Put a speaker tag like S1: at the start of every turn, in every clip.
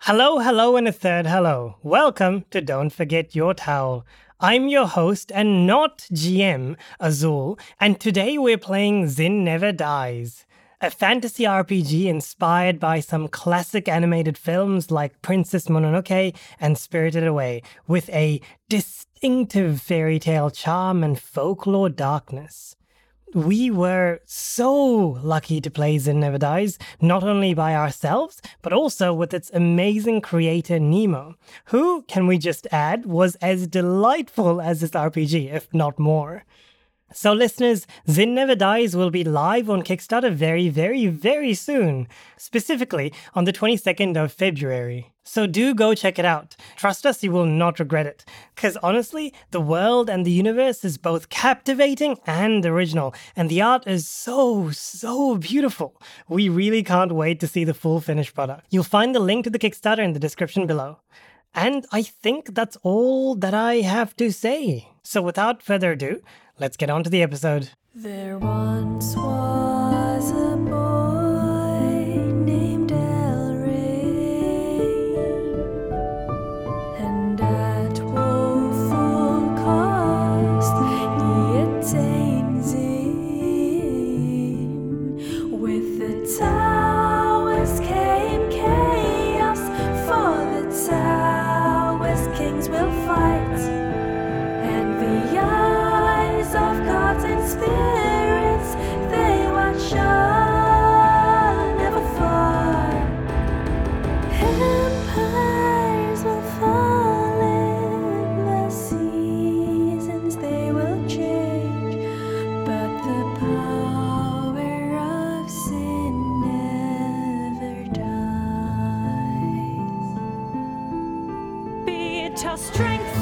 S1: Hello, hello, and a third hello. Welcome to Don't Forget Your Towel. I'm your host and not GM, Azul, and today we're playing Zin Never Dies, a fantasy RPG inspired by some classic animated films like Princess Mononoke and Spirited Away, with a distinctive fairy tale charm and folklore darkness we were so lucky to play Zin Never Dies, not only by ourselves, but also with its amazing creator Nemo, who, can we just add, was as delightful as this RPG, if not more. So, listeners, Zin Never Dies will be live on Kickstarter very, very, very soon, specifically on the 22nd of February. So, do go check it out. Trust us, you will not regret it. Because honestly, the world and the universe is both captivating and original, and the art is so, so beautiful. We really can't wait to see the full finished product. You'll find the link to the Kickstarter in the description below. And I think that's all that I have to say. So, without further ado, let's get on to the episode.
S2: There once was a boy named Elray, and at woeful cost he attains him. With the towers came chaos, for the towers kings will fight. And the eyes of gods and spirits, they watch on, never fall. Empires will fall in the seasons, they will change. But the power of sin never dies be it our strength,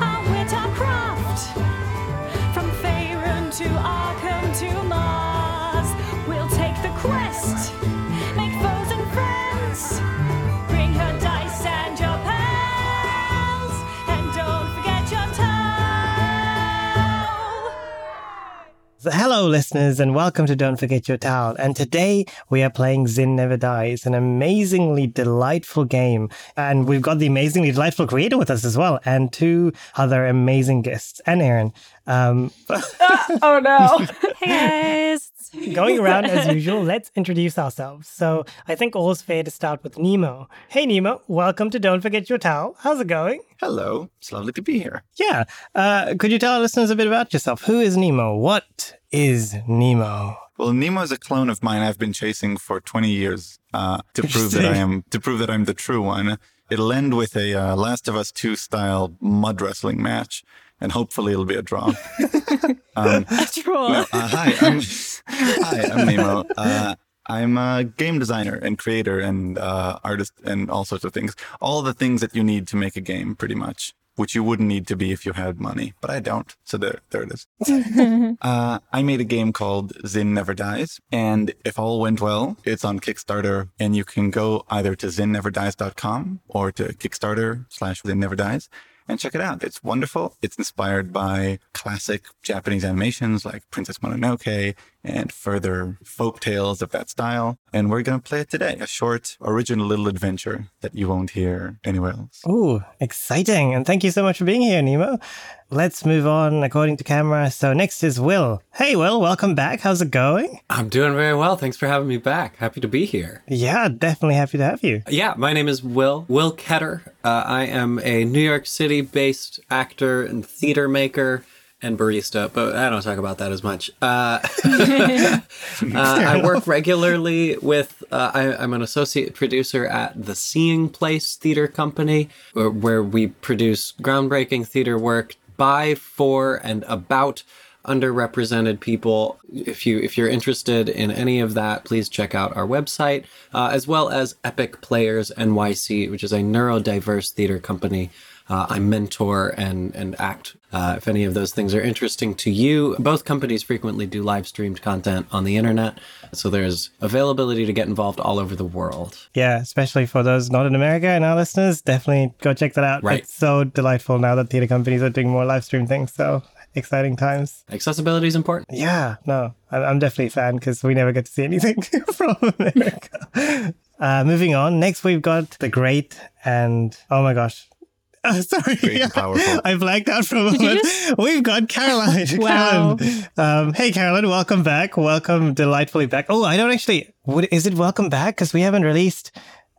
S2: our wit, our craft. From Faerun to Arkham to Mars, we'll take the quest, make foes and friends. Bring your dice and your pals, and don't forget your towel.
S1: So hello, listeners, and welcome to Don't Forget Your Towel. And today we are playing Zin Never Dies, an amazingly delightful game. And we've got the amazingly delightful creator with us as well, and two other amazing guests, and Aaron. Um,
S3: Oh no.
S2: Hey guys,
S1: going around as usual, let's introduce ourselves. So I think all's fair to start with Nemo. Hey, Nemo, welcome to Don't Forget Your Towel. How's it going?
S4: Hello, it's lovely to be here.
S1: Yeah. Uh, could you tell our listeners a bit about yourself? Who is Nemo? What is Nemo?
S4: Well, Nemo is a clone of mine I've been chasing for 20 years uh, to prove that I am to prove that I'm the true one. It'll end with a uh, Last of Us 2 style mud wrestling match, and hopefully it'll be a draw. um, no, uh, hi, I'm, hi, I'm Nemo. Uh, I'm a game designer and creator and uh, artist and all sorts of things. All the things that you need to make a game, pretty much, which you wouldn't need to be if you had money, but I don't. So there, there it is. Uh, I made a game called Zin Never Dies, and if all went well, it's on Kickstarter, and you can go either to zinneverdies.com or to Kickstarter slash Zin Never Dies and check it out. It's wonderful. It's inspired by classic Japanese animations like Princess Mononoke and further folk tales of that style. And we're going to play it today, a short, original little adventure that you won't hear anywhere else.
S1: Ooh, exciting. And thank you so much for being here, Nemo. Let's move on according to camera. So next is Will. Hey, Will, welcome back. How's it going?
S5: I'm doing very well. Thanks for having me back. Happy to be here.
S1: Yeah, definitely happy to have you.
S5: Yeah, my name is Will, Will Ketter. Uh, I am a New York City based actor and theater maker and barista, but I don't talk about that as much. Uh, Uh, I work regularly with, uh, I, I'm an associate producer at the Seeing Place Theater Company, where, where we produce groundbreaking theater work by, for, and about underrepresented people. If you if you're interested in any of that, please check out our website, uh, as well as Epic Players NYC, which is a neurodiverse theater company uh, I mentor and and act. Uh, if any of those things are interesting to you, both companies frequently do live streamed content on the internet, so there's availability to get involved all over the world.
S1: Yeah, especially for those not in America and our listeners, definitely go check that out.
S5: Right.
S1: It's so delightful now that theater companies are doing more live stream things. So exciting times.
S5: Accessibility is important.
S1: Yeah, no, I- I'm definitely a fan because we never get to see anything from America. Uh, moving on. Next, we've got the great and oh my gosh. Oh, sorry,
S4: Great and powerful.
S1: I blacked out for a
S2: Did you
S1: moment. We've got Caroline.
S2: Wow.
S1: Caroline. Um, hey, Caroline, welcome back. Welcome, delightfully back. Oh, I don't actually. What is it? Welcome back because we haven't released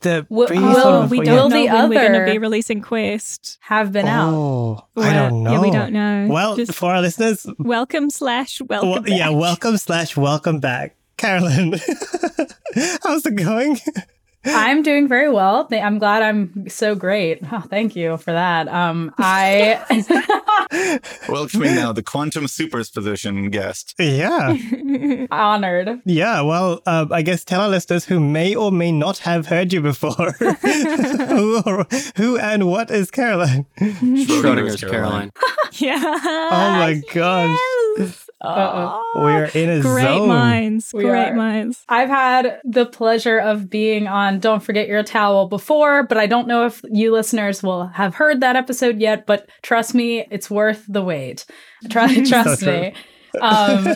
S1: the.
S2: Well,
S1: previous
S2: well,
S1: one
S2: we
S1: for
S2: don't
S1: you.
S2: know
S6: the
S2: when
S6: other.
S2: we're going to be releasing Quest.
S6: Have been out.
S1: Oh, I
S2: Well,
S1: don't know.
S2: Yeah, we don't know.
S1: Well,
S2: Just
S1: for our listeners,
S2: welcome slash welcome.
S1: well, yeah,
S2: back.
S1: welcome slash welcome back, Carolyn. How's it going?
S6: I'm doing very well. Th- I'm glad I'm so great. Oh, thank you for that. Um, I
S4: Welcoming now the quantum superposition guest.
S1: Yeah,
S6: honored.
S1: yeah. Well, uh, I guess tell our listeners who may or may not have heard you before. who, or, who and what is Caroline?
S7: Schrodinger's Caroline.
S2: Yeah.
S1: Oh my gosh, we're in a
S2: Great
S1: zone.
S2: minds.
S6: We
S2: great
S6: are.
S2: minds.
S6: I've had the pleasure of being on Don't Forget Your Towel before, but I don't know if you listeners will have heard that episode yet, but trust me, it's worth the wait. Tru- trust
S1: true.
S6: me. Um,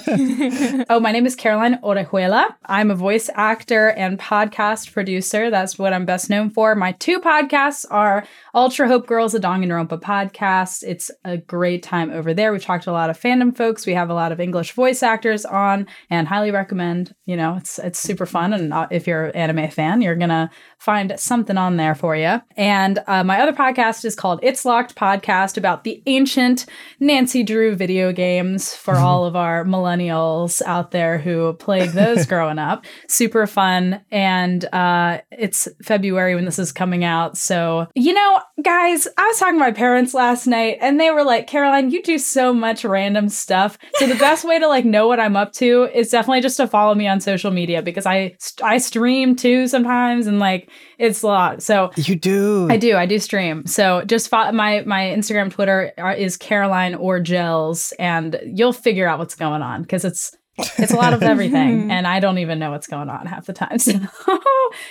S6: oh, my name is Caroline Orejuela. I'm a voice actor and podcast producer. That's what I'm best known for. My two podcasts are Ultra Hope Girls, a Danganronpa podcast. It's a great time over there. We've talked to a lot of fandom folks. We have a lot of English voice actors on, and highly recommend. You know, it's it's super fun, and uh, if you're an anime fan, you're gonna find something on there for you. And uh, my other podcast is called It's Locked Podcast about the ancient Nancy Drew video games for all of our millennials out there who played those growing up. Super fun. And uh, it's February when this is coming out. So, you know, guys, I was talking to my parents last night and they were like, Caroline, you do so much random stuff. So the best way to like know what I'm up to is definitely just to follow me on social media because I I stream too sometimes and like it's a lot. So
S1: You do.
S6: I do. I do stream. So just follow my my Instagram, Twitter are, is Caroline or Gels, and you'll figure out what's going on because it's it's a lot of everything, and I don't even know what's going on half the time. So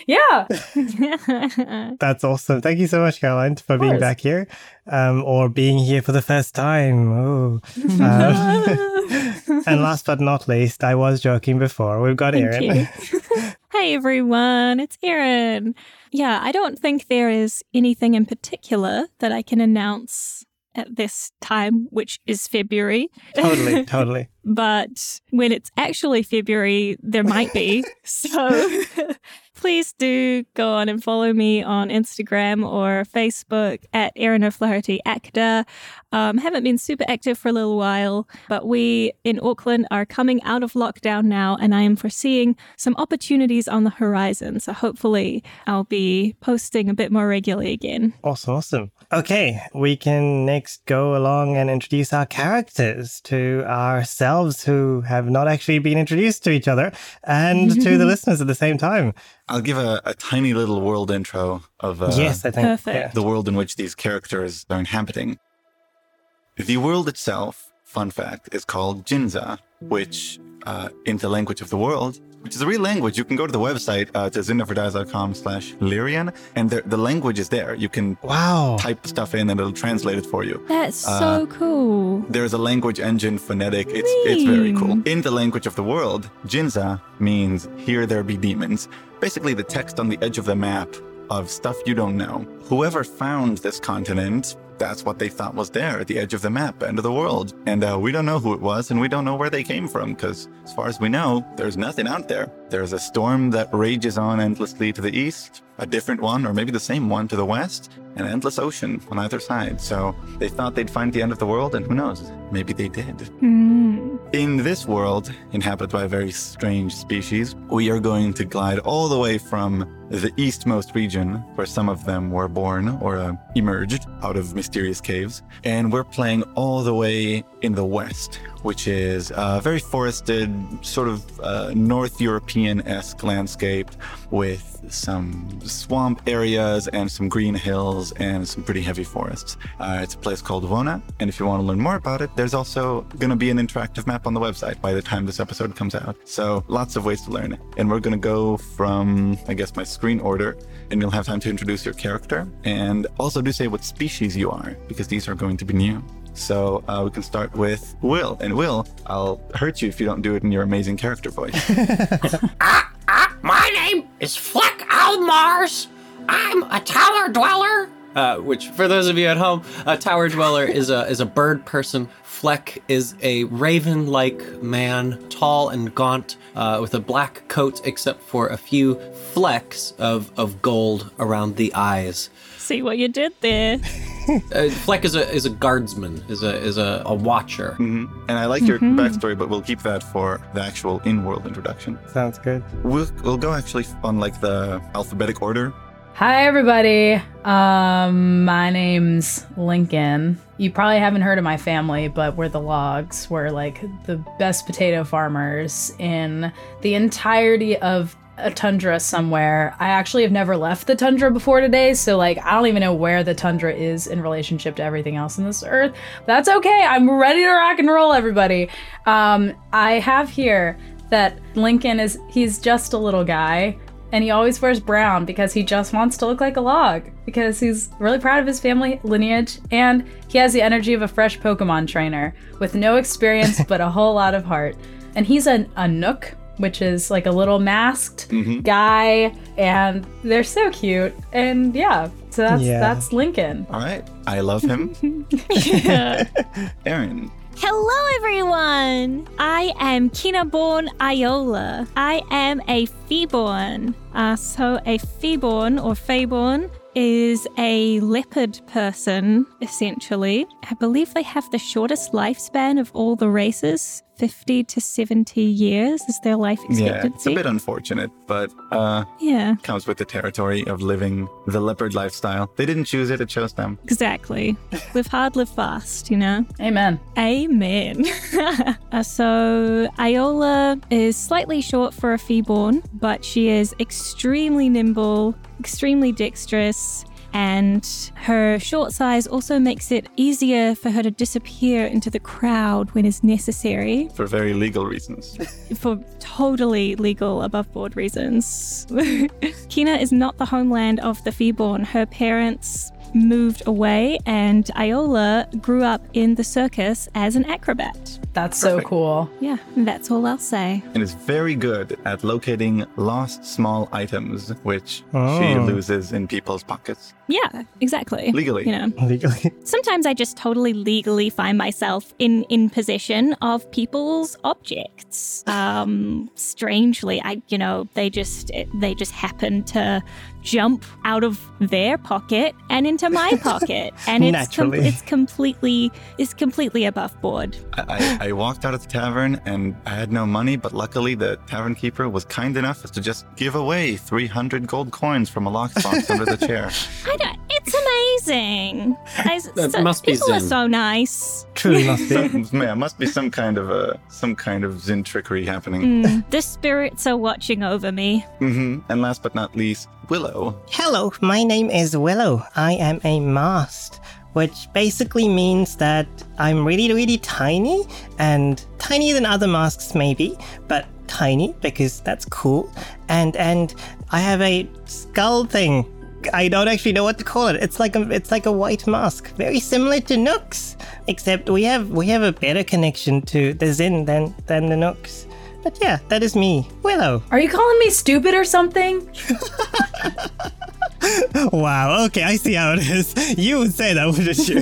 S6: yeah,
S1: That's awesome. Thank you so much, Caroline, for being
S6: course.
S1: back here um, or being here for the first time. Oh. Um, and last but not least, I was joking before. We've got
S2: Thank
S1: Aaron.
S2: you. hey everyone, it's Erin. Yeah, I don't think there is anything in particular that I can announce at this time, which is February.
S1: totally, totally.
S2: but when it's actually February, there might be. so please do go on and follow me on Instagram or Facebook at Erin O'Flaherty Actor. Um, haven't been super active for a little while, but we in Auckland are coming out of lockdown now, and I am foreseeing some opportunities on the horizon. So hopefully, I'll be posting a bit more regularly again.
S1: Awesome, awesome. Okay, we can next go along and introduce our characters to ourselves who have not actually been introduced to each other and to the listeners at the same time.
S4: I'll give a, a tiny little world intro of uh,
S1: yes, I think.
S2: Perfect.
S1: yeah.
S4: the world in which these characters are inhabiting. The world itself, fun fact, is called Jinza, which uh, in the language of the world, which is a real language. You can go to the website, uh, to zindafordize.com slash Lyrian, and the, the language is there. You can
S1: Wow.
S4: type stuff in and it'll translate it for you.
S2: That's so
S4: Uh,
S2: cool.
S4: There's a language engine, phonetic. It's it's very cool. In the language of the world, Jinza means "Here there be demons." Basically, the text on the edge of the map of stuff you don't know. Whoever found this continent, that's what they thought was there at the edge of the map, end of the world. And uh, we don't know who it was, and we don't know where they came from, because as far as we know, there's nothing out there. There's a storm that rages on endlessly to the east, a different one, or maybe the same one to the west, an endless ocean on either side. So they thought they'd find the end of the world, and who knows? Maybe they did.
S2: Mm.
S4: In this world, inhabited by a very strange species, we are going to glide all the way from the eastmost region, where some of them were born or uh, emerged out of mysterious caves, and we're playing all the way in the west, which is a very forested, sort of uh, North European esque landscape with some swamp areas and some green hills and some pretty heavy forests. Uh, it's a place called Vona, and if you want to learn more about it, there's also going to be an interactive map on the website by the time this episode comes out. So lots of ways to learn. And we're going to go from, I guess, my screen order, and you'll have time to introduce your character and also do say what species you are, because these are going to be new. So uh, we can start with Will. And Will, I'll hurt you if you don't do it in your amazing character voice.
S5: My name is Fleck Owl old Mars. I'm a tower dweller. Uh, which, for those of you at home, a tower dweller is a is a bird person. Fleck is a raven-like man, tall and gaunt, uh, with a black coat except for a few flecks of of gold around the eyes.
S2: See what you did there.
S5: Uh, Fleck is a is a guardsman, is a is a, a watcher.
S4: hmm And I like your backstory, but we'll keep that for the actual in-world introduction.
S1: Sounds good.
S4: We'll, we'll go actually on like the alphabetic order.
S6: Hi, everybody. Um, my name's Lincoln. You probably haven't heard of my family, but we're the Logs. We're like the best potato farmers in the entirety of a tundra somewhere. I actually have never left the tundra before today, so like I don't even know where the tundra is in relationship to everything else on this earth. That's okay. I'm ready to rock and roll, everybody. Um, I have here that Lincoln is he's just a little guy and he always wears brown because he just wants to look like a log because he's really proud of his family lineage and he has the energy of a fresh Pokemon trainer with no experience but a whole lot of heart. And he's an, a Nook, which is like a little masked guy, and they're so cute. And yeah, so that's
S1: Yeah.
S6: that's Lincoln.
S4: All right. I love him. Aaron.
S2: Hello, everyone. I am Kinaborn Iola. I am a Feeborn. Uh, so, a Feeborn or Feyborn is a leopard person, essentially. I believe they have the shortest lifespan of all the races. 50 to 70 years is their life
S4: Yeah, it's
S2: expectancy.
S4: a bit unfortunate, but uh,
S2: yeah,
S4: comes with the territory of living the leopard lifestyle. They didn't choose it; it chose them.
S2: exactly. live hard, live fast, you know?
S6: Amen.
S2: Amen. Uh, so, Iola is slightly short for a Feeborn, but she is extremely nimble, extremely dexterous, and her short size also makes it easier for her to disappear into the crowd when is necessary
S4: for very legal reasons.
S2: for totally legal above board reasons. Kina is not the homeland of the Feeborn. Her parents moved away, and Iola grew up in the circus as an acrobat.
S6: That's so
S4: Perfect.
S6: cool.
S2: Yeah, that's all I'll say.
S4: and is very good at locating lost small items, which she
S1: Oh.
S4: loses in people's pockets
S2: Yeah, exactly.
S4: legally.
S2: You know,
S1: Legally.
S2: sometimes I just totally legally find myself in in possession of people's objects. Um, strangely, I you know they just they just happen to jump out of their pocket and into my pocket, and it's com-
S1: Naturally.
S2: it's completely it's completely above board.
S4: I, I, I walked out of the tavern and I had no money, but luckily the tavern keeper was kind enough as to just give away 300 gold coins from a lockbox under the chair.
S2: I don't. It's amazing. I,
S5: That
S2: so-
S5: must be
S2: people are
S5: Zen.
S2: so nice.
S1: Truly must be.
S4: Some, yeah, must be some kind of a some kind of zin trickery happening.
S2: Mm, the spirits are watching over me.
S4: hmm And last but not least, Willow.
S1: Hello, my name is Willow. I am a mast, which basically means that I'm really, really tiny and tinier than other masks, maybe, but tiny because that's cool. And and I have a skull thing. I don't actually know what to call it. It's like a it's like a white mask, very similar to Nook's, except we have we have a better connection to the Zen than than the Nook's. But yeah, that is me, Willow.
S6: Are you calling me stupid or something?
S1: Wow. Okay, I see how it is. You would say that, wouldn't you?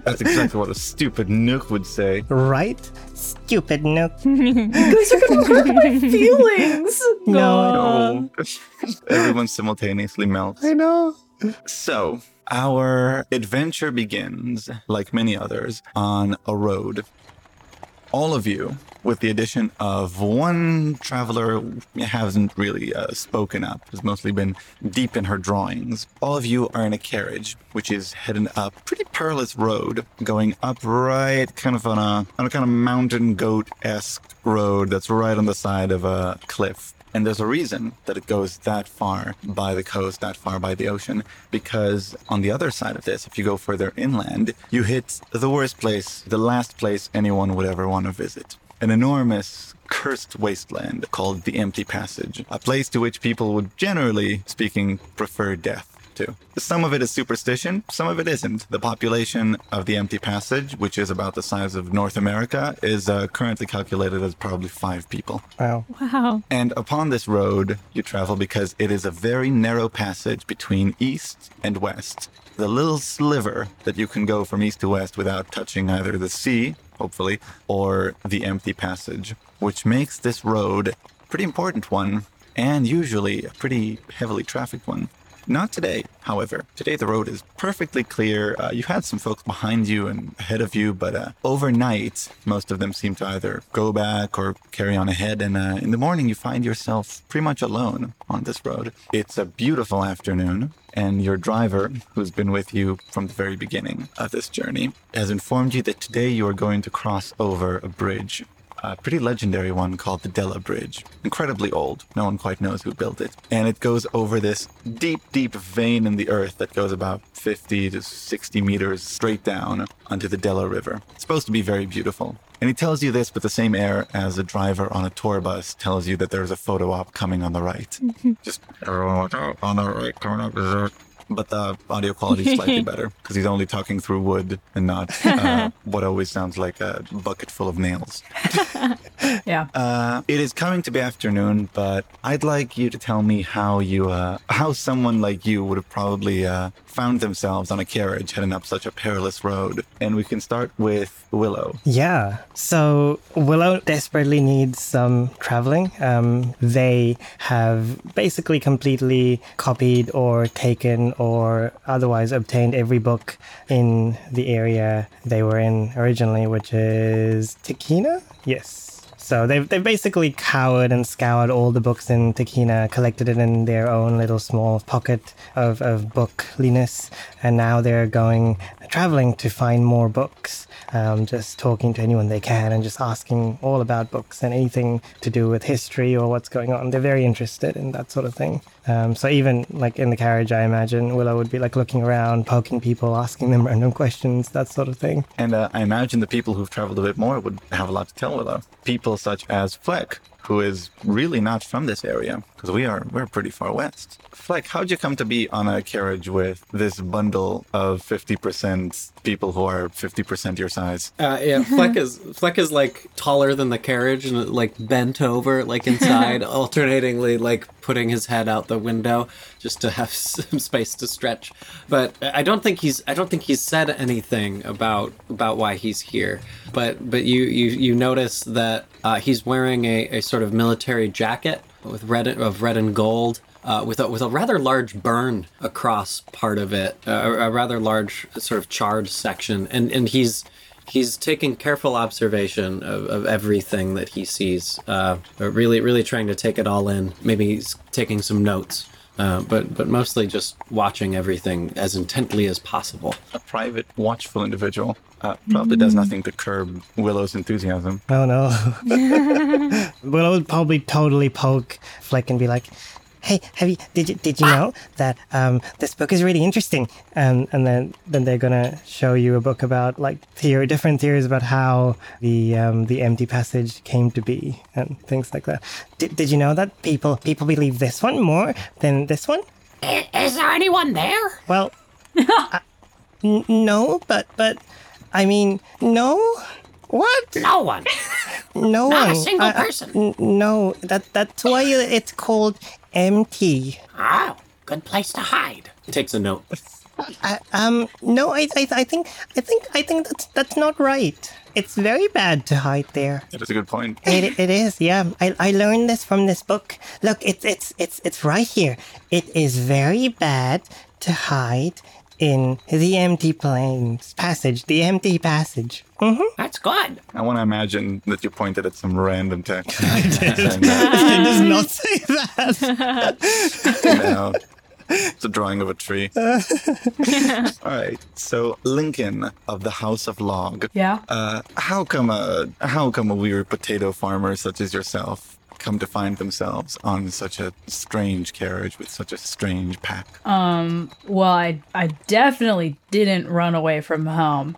S4: That's exactly what a stupid nook would say.
S1: right? Stupid nook.
S6: Feelings.
S4: No. Everyone simultaneously melts.
S1: I know.
S4: So, our adventure begins, like many others, on a road. All of you, with the addition of one traveler who hasn't really uh, spoken up, has mostly been deep in her drawings. All of you are in a carriage, which is heading up a pretty perilous road, going up right kind of on a, on a kind of mountain goat esque road that's right on the side of a cliff. And there's a reason that it goes that far by the coast, that far by the ocean, because on the other side of this, if you go further inland, you hit the worst place, the last place anyone would ever want to visit. An enormous cursed wasteland called the Empty Passage, a place to which people would generally speaking prefer death to. Some of it is superstition, some of it isn't. The population of the Empty Passage, which is about the size of North America, is uh, currently calculated as probably five people.
S1: Wow.
S2: Wow.
S4: And upon this road you travel because it is a very narrow passage between east and west. The little sliver that you can go from east to west without touching either the sea, hopefully, or the empty passage, which makes this road a pretty important one and usually a pretty heavily trafficked one. Not today, however. Today the road is perfectly clear. Uh, you had some folks behind you and ahead of you, but uh, overnight, most of them seem to either go back or carry on ahead. And uh, in the morning, you find yourself pretty much alone on this road. It's a beautiful afternoon, and your driver, who's been with you from the very beginning of this journey, has informed you that today you are going to cross over a bridge a pretty legendary one called the Della Bridge. Incredibly old. No one quite knows who built it. And it goes over this deep, deep vein in the earth that goes about 50 to 60 meters straight down onto the Della River. It's supposed to be very beautiful. And he tells you this with the same air as a driver on a tour bus tells you that there's a photo op coming on the right. Just everyone watch out on the right coming up. there's a- But the audio quality is slightly better because he's only talking through wood and not uh, what always sounds like a bucket full of nails.
S6: Yeah.
S4: Uh, it is coming to be afternoon, but I'd like you to tell me how you, uh, how someone like you would have probably uh, found themselves on a carriage heading up such a perilous road. And we can start with Willow.
S1: Yeah. So Willow desperately needs some traveling. Um, they have basically completely copied or taken or otherwise obtained every book in the area they were in originally, which is Tikina? Yes. So they've, they've basically cowed and scoured all the books in Takina, collected it in their own little small pocket of, of bookliness, and now they're going traveling to find more books, um, just talking to anyone they can and just asking all about books and anything to do with history or what's going on. They're very interested in that sort of thing. Um, so even like in the carriage, I imagine Willow would be like looking around, poking people, asking them random questions, that sort of thing.
S4: And uh, I imagine the people who've traveled a bit more would have a lot to tell Willow. People such as Fleck, who is really not from this area, because we are we're pretty far west. Fleck, how'd you come to be on a carriage with this bundle of fifty percent people who are fifty percent your size?
S5: Uh, yeah, Fleck is Fleck is like taller than the carriage and like bent over, like inside, alternatingly like putting his head out the window just to have some space to stretch. But I don't think he's I don't think he's said anything about about why he's here. But but you you you notice that uh, he's wearing a, a sort of military jacket with red of red and gold uh, with a with a rather large burn across part of it, uh, a, a rather large sort of charred section, and and he's he's taking careful observation of, of everything that he sees, uh, but really really trying to take it all in. Maybe he's taking some notes, uh, but but mostly just watching everything as intently as possible.
S4: A private, watchful individual uh, probably does
S6: Mm.
S4: nothing to curb Willow's enthusiasm.
S1: Oh no. Willow would probably totally poke Fleck and be like, Hey, have you did you did you know that um, this book is really interesting? Um, and then then they're gonna show you a book about like theory different theories about how the um, the empty passage came to be and things like that. Did, did you know that people people believe this one more than this one?
S8: Is there anyone there?
S1: Well, I- n- no, but but I mean no. What?
S8: No one.
S1: No
S8: Not a
S1: one.
S8: single
S1: I- I-
S8: person.
S1: n- no, that that's why it's called empty.
S8: Oh, good place to hide.
S5: Takes a note.
S1: I, um, no, I, I I think I think I think that's that's not right. It's very bad to hide there.
S4: That is a good point.
S1: It, it is, yeah. I, I learned this from this book. Look, it's it's it's it's right here. It is very bad to hide in the empty plains passage. The empty passage. Mm-hmm.
S8: That's good.
S4: I want to imagine that you pointed at some random text. uh, I did.
S1: It does
S8: Um,
S1: not say that.
S4: It's a drawing of a tree. All right. So Lincoln of the House of Log.
S6: Yeah.
S4: Uh, how come a how come a weird potato farmer such as yourself come to find themselves on such a strange carriage with such a strange pack?
S6: Uh, Well, I, I definitely didn't run away from home,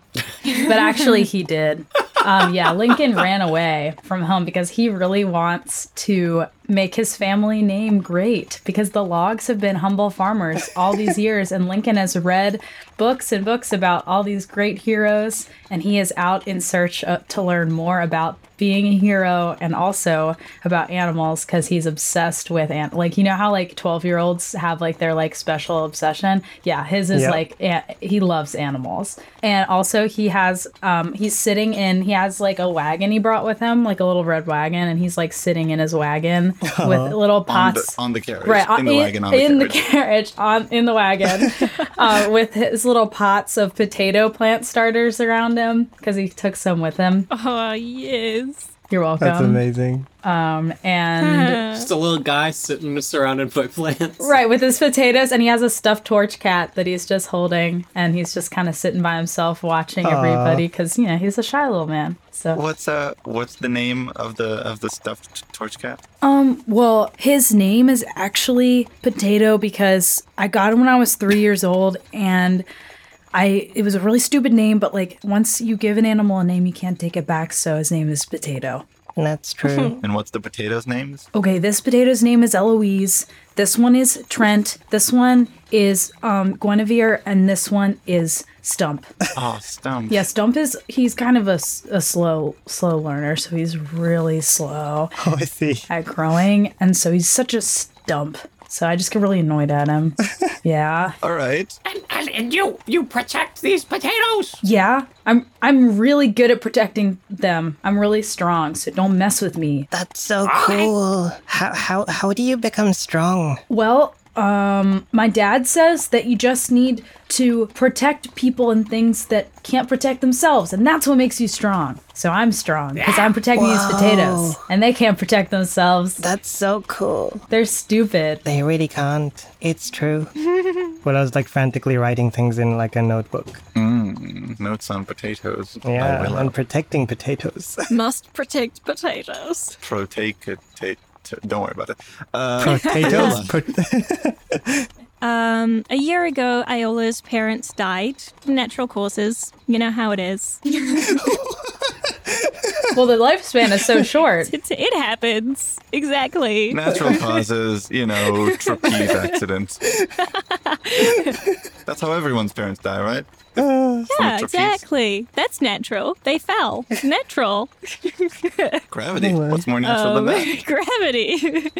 S6: but actually he did. Um, yeah, Lincoln ran away from home because he really wants to make his family name great because the logs have been humble farmers all these years and Lincoln has read books and books about all these great heroes and he is out in search uh, to learn more about being a hero and also about animals cuz he's obsessed with an- like you know how like 12-year-olds have like their like special obsession yeah his is
S9: Yep.
S6: like a- he loves animals and also he has um he's sitting in he has like a wagon he brought with him like a little red wagon and he's like sitting in his wagon with little
S4: on the,
S6: pots
S4: on the carriage,
S6: right uh,
S4: in the wagon, on the
S6: in
S4: carriage.
S6: carriage, on in the wagon uh, with his little pots of potato plant starters around him because he took some with him
S2: Oh, yes.
S6: you're welcome
S1: That's amazing.
S6: um and
S5: Just a little guy sitting surrounded by plants.
S6: Right, with his potatoes, and he has a stuffed torch cat that he's just holding, and he's just kind of sitting by himself watching everybody because you know he's a shy little man. So,
S4: What's uh what's the name of the of the stuffed torch cat?
S6: um, well, his name is actually Potato because I got him when I was three years old, and I it was a really stupid name, but like once you give an animal a name, you can't take it back. So his name is Potato.
S1: That's true.
S4: And what's the potato's names?
S6: Okay, this potato's name is Eloise. This one is Trent. This one is um, Guinevere, and this one is Stump.
S4: Oh, stump.
S6: Yeah, Stump is he's kind of a, s- a slow slow learner, so he's really slow
S1: oh, I see.
S6: at growing, and so he's such a stump. So I just get really annoyed at him. Yeah,
S4: All right.
S8: And, and, and you, you protect these potatoes.
S6: yeah. I'm I'm really good at protecting them. I'm really strong, so don't mess with me.
S1: That's so cool. How how how do you become strong?
S6: Well, um, my dad says that you just need to protect people and things that can't protect themselves, and that's what makes you strong. So I'm strong because I'm protecting these potatoes, and they can't protect themselves.
S1: That's so cool.
S6: They're stupid.
S1: They really can't. It's true. well, I was like frantically writing things in like a notebook.
S4: Notes on potatoes.
S1: Yeah,
S4: I will
S1: and protecting potatoes.
S2: Must protect potatoes.
S4: protake it. Take, don't worry about it. Uh,
S1: potatoes.
S2: Um, a year ago, Iola's parents died. Natural causes. You know how it is.
S6: Well, the lifespan is so short.
S2: It's, it happens. Exactly.
S4: Natural causes, you know, trapeze accidents. That's how everyone's parents die, right?
S2: Uh, yeah,
S4: trapeze.
S2: exactly. That's natural. They fell. Natural. Oh,
S4: Gravity. What's more natural than that?
S2: gravity.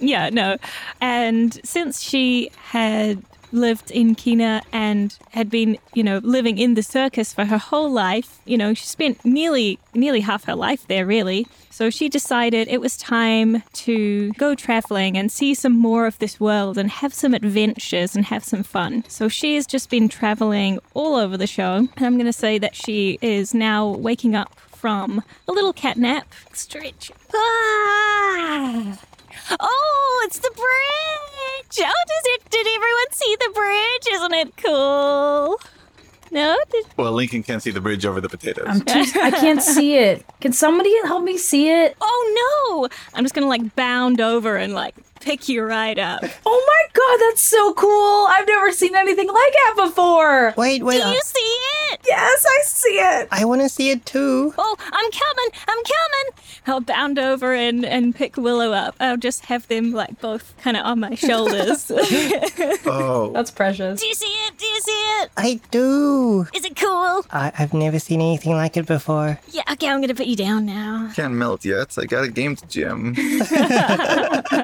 S2: yeah, no. And since she had lived in Kina and had been, you know, living in the circus for her whole life, you know, she spent nearly nearly half her life there really. So she decided it was time to go traveling and see some more of this world and have some adventures and have some fun. So she has just been traveling all over the show. And I'm going to say that she is now waking up from a little cat nap. Stretch. Ah! Oh, it's the bridge! Oh, does it? Did everyone see the bridge? Isn't it cool? No, did,
S4: Well, Lincoln can't see the bridge over the potatoes.
S6: I'm too, I can't see it. Can somebody help me see it?
S2: oh no! I'm just gonna like bound over and like pick you right up.
S6: Oh my god, that's so cool! I've never seen anything like that before.
S1: wait, wait.
S2: Do
S1: I,
S2: you see it?
S6: Yes, I see it.
S1: I want to see it too.
S2: Oh, I'm coming! I'm coming! I'll bound over and and pick Willow up. I'll just have them like both kind of on my shoulders. Do
S4: oh,
S6: That's precious.
S2: you see it? Do you see it?
S1: I do.
S2: Is it cool?
S1: I, I've never seen anything like it before.
S2: Yeah. Okay, I'm gonna put you down now.
S4: can't melt yet. I got a game to jam. All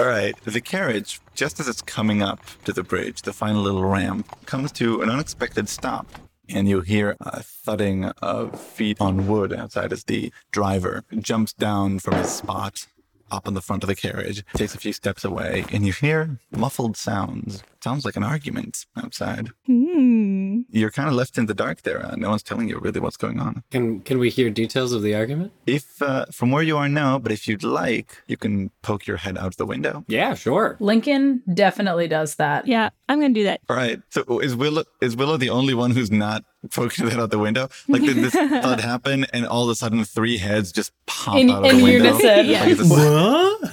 S4: right. The carriage, just as it's coming up to the bridge, the final little ramp, comes to an unexpected stop. And you hear a thudding of feet on wood outside as the driver jumps down from his spot up on the front of the carriage, takes a few steps away, and you hear muffled sounds. Sounds like an argument outside.
S2: Hmm.
S4: You're kind of left in the dark there. Uh, no one's telling you really what's going on.
S5: Can can we hear details of the argument?
S4: If uh, from where you are now, but if you'd like, you can poke your head out the window.
S5: Yeah, sure.
S6: Lincoln definitely does that.
S2: Yeah, I'm gonna do that.
S4: All right. So is Willow is Willow the only one who's not poking it out the window. Like did this thud happen, and all of a sudden three heads just pop
S6: In-
S4: out of
S6: in
S4: the window.
S6: unison.
S4: Like it's a-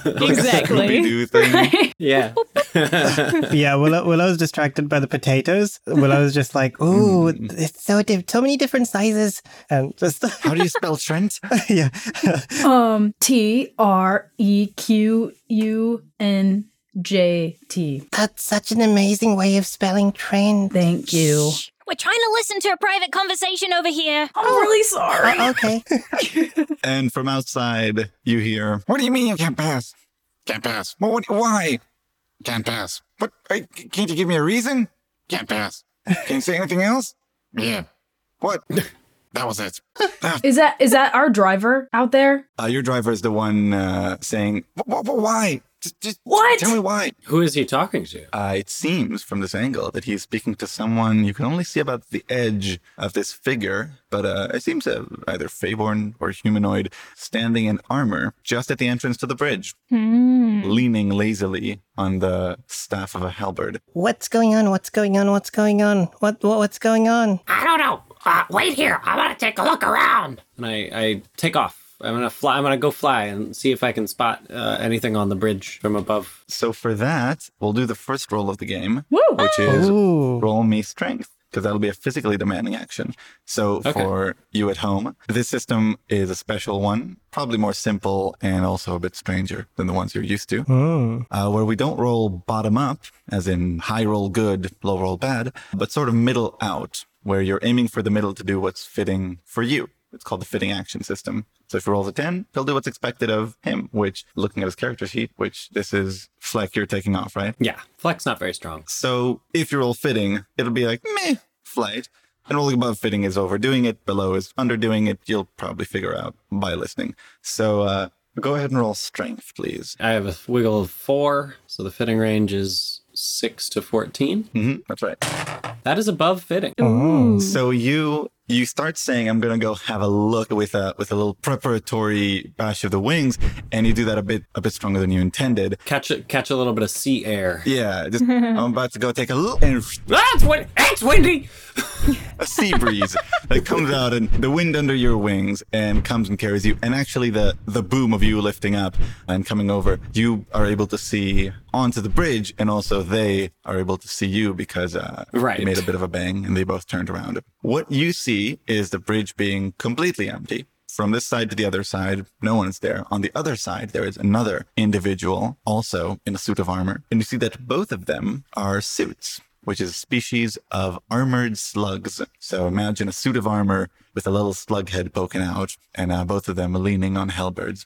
S4: like
S3: Exactly.
S4: a Scooby-Doo thing.
S5: Yeah.
S1: yeah, Willow, Willow's distracted by the potatoes. Willow's just like,
S4: Mm.
S1: ooh, it's so diff- so many different sizes, and just
S4: How do you spell Trent?
S1: yeah,
S6: Um, T R E Q U N J T.
S1: that's such an amazing way of spelling train.
S6: Thank you.
S10: We're trying to listen to a private conversation over here.
S6: I'm really sorry.
S1: Oh, okay.
S4: And from outside, you hear, "What do you mean you can't pass? Can't pass? Well, what, why? Can't pass? What? I, can't you give me a reason? Can't pass. Can you say anything else? Yeah. What? that was it.
S6: Is that is that our driver out there?
S4: Uh, your driver is the one uh, saying, "Wh- wh- wh- "Why? Just, just
S6: What?
S4: Tell me why."
S5: Who is he talking to?
S4: Uh, it seems from this angle that he's speaking to someone you can only see about the edge of this figure, but uh, it seems uh, either Feyborn or humanoid standing in armor just at the entrance to the bridge, leaning lazily on the staff of a halberd.
S1: What's going on? What's going on? What's going on? What, what what's going on?
S8: I don't know. Uh, wait here. I want to take a look around.
S5: And I, I take off. I'm gonna fly. I'm gonna go fly and see if I can spot uh, anything on the bridge from above.
S4: So for that, we'll do the first roll of the game,
S6: Woo!
S4: which is
S1: Ooh.
S4: roll me strength because that'll be a physically demanding action. So
S5: Okay.
S4: for you at home, this system is a special one, probably more simple and also a bit stranger than the ones you're used to,
S1: Hmm.
S4: uh, where we don't roll bottom up, as in high roll good, low roll bad, but sort of middle out, where you're aiming for the middle to do what's fitting for you. It's called the fitting action system. So if he rolls a 10, he'll do what's expected of him, which looking at his character sheet, which this is Fleck you're taking off, right?
S5: Yeah, Fleck's not very strong.
S4: So if you roll fitting, it'll be like meh, flight. And rolling above fitting is overdoing it, below is underdoing it. You'll probably figure out by listening. So uh, go ahead and roll strength, please.
S5: I have a wiggle of four, so the fitting range is six to fourteen.
S4: hmm that's right.
S5: That is above fitting.
S4: So you you start saying, "I'm gonna go have a look" with a with a little preparatory bash of the wings, and you do that a bit a bit stronger than you intended.
S5: Catch a, catch a little bit of sea air.
S4: Yeah, just I'm about to go take a look, and
S8: That's what. That's windy.
S4: a sea breeze that comes out and the wind under your wings and comes and carries you. And actually, the the boom of you lifting up and coming over, you are able to see onto the bridge, and also they are able to see you because uh,
S5: Right.
S4: you made a bit of a bang, and they both turned around. What you see is the bridge being completely empty. From this side to the other side, no one is there. On the other side, there is another individual, also in a suit of armor. And you see that both of them are suits, which is a species of armored slugs. So imagine a suit of armor with a little slug head poking out, and uh, both of them leaning on halberds.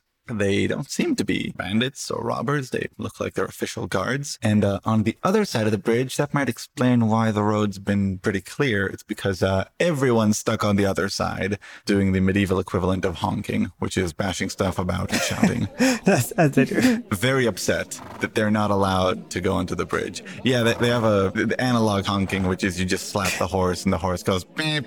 S4: They don't seem to be bandits or robbers. They look like they're official guards. And uh, on the other side of the bridge, that might explain why the road's been pretty clear. It's because uh, everyone's stuck on the other side doing the medieval equivalent of honking, which is bashing stuff about and shouting.
S1: That's, that's it.
S4: Very upset that they're not allowed to go onto the bridge. Yeah, they, they have a the analog honking, which is you just slap the horse and the horse goes beep.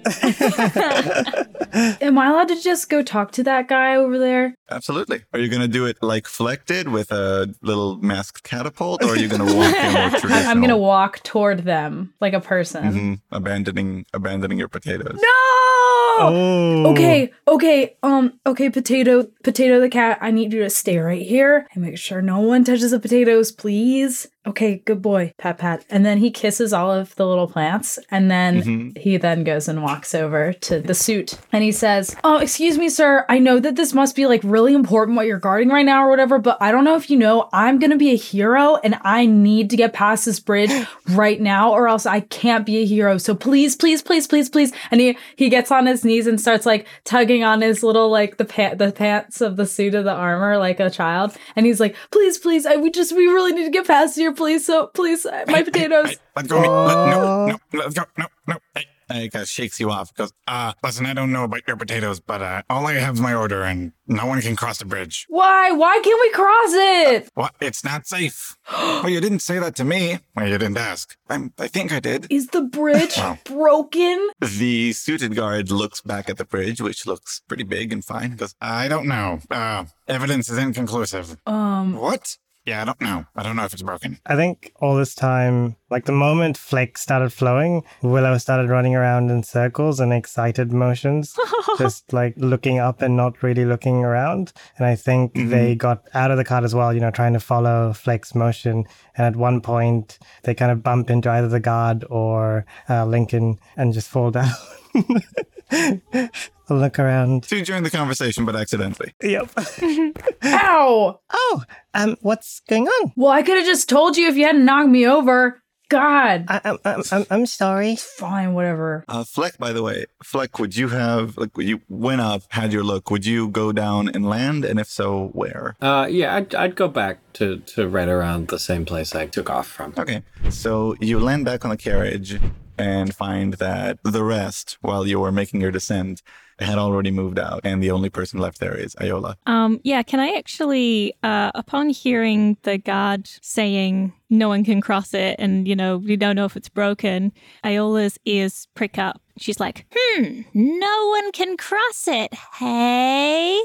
S6: Am I allowed to just go talk to that guy over there?
S4: Absolutely. Are you going to do it like flected with a little masked catapult, or are you going to walk in more traditional?
S6: I'm gonna walk toward them like a person.
S4: Mhm. abandoning abandoning your potatoes.
S6: No. Okay, okay, um, okay, potato, potato the cat, I need you to stay right here and make sure no one touches the potatoes, please. Okay, good boy, pat pat. And then he kisses all of the little plants, and then he then goes and walks over to the suit and he says, Oh, excuse me, sir, I know that this must be like really important what you're guarding right now or whatever, but I don't know if you know, I'm gonna be a hero and I need to get past this bridge right now or else I can't be a hero. So please, please, please, please, please. And he he gets on his knees and starts like tugging on his little like the pa- the pants of the suit of the armor like a child. And he's like, please, please, I, we just we really need to get past here, please. So please, uh, my potatoes.
S4: Let go. of me. Let, no, no, let go. No, no. Hey. And it kind of shakes you off. Goes, uh, listen, I don't know about your potatoes, but uh, all I have is my order, and no one can cross the bridge.
S6: Why? Why can't we cross it?
S4: What? It's not safe. well, you didn't say that to me. Well, you didn't ask. I'm, I think I did.
S6: Is the bridge
S4: Wow.
S6: broken?
S4: The suited guard looks back at the bridge, which looks pretty big and fine. Goes, I don't know. Uh, evidence is inconclusive.
S6: Um
S4: What? Yeah, I don't know. I don't know if it's broken.
S1: I think all this time, like the moment Flake started flowing, Willow started running around in circles and excited motions, just like looking up and not really looking around. And I think they got out of the cart as well, you know, trying to follow Flake's motion. And at one point, they kind of bump into either the guard or uh, Lincoln and just fall down. Look around.
S4: Two during the conversation, but accidentally.
S1: Yep.
S6: Ow!
S1: Oh, um, what's going on?
S6: Well, I could have just told you if you hadn't knocked me over. God.
S1: I, I'm- I'm, I'm, I'm sorry.
S6: Fine, whatever.
S4: Uh, Fleck, by the way, Fleck, would you have like you went up, had your look? Would you go down and land, and if so, where?
S5: Uh, yeah, I'd, I'd go back to, to right around the same place I took off from.
S4: Okay, so you land back on the carriage and find that the rest, while you were making your descent, had already moved out, and the only person left there is Ayola.
S2: Um, yeah, can I actually, uh, upon hearing the guard saying no one can cross it and, you know, we don't know if it's broken, Iola's ears prick up. She's like, hmm, no one can cross it, hey?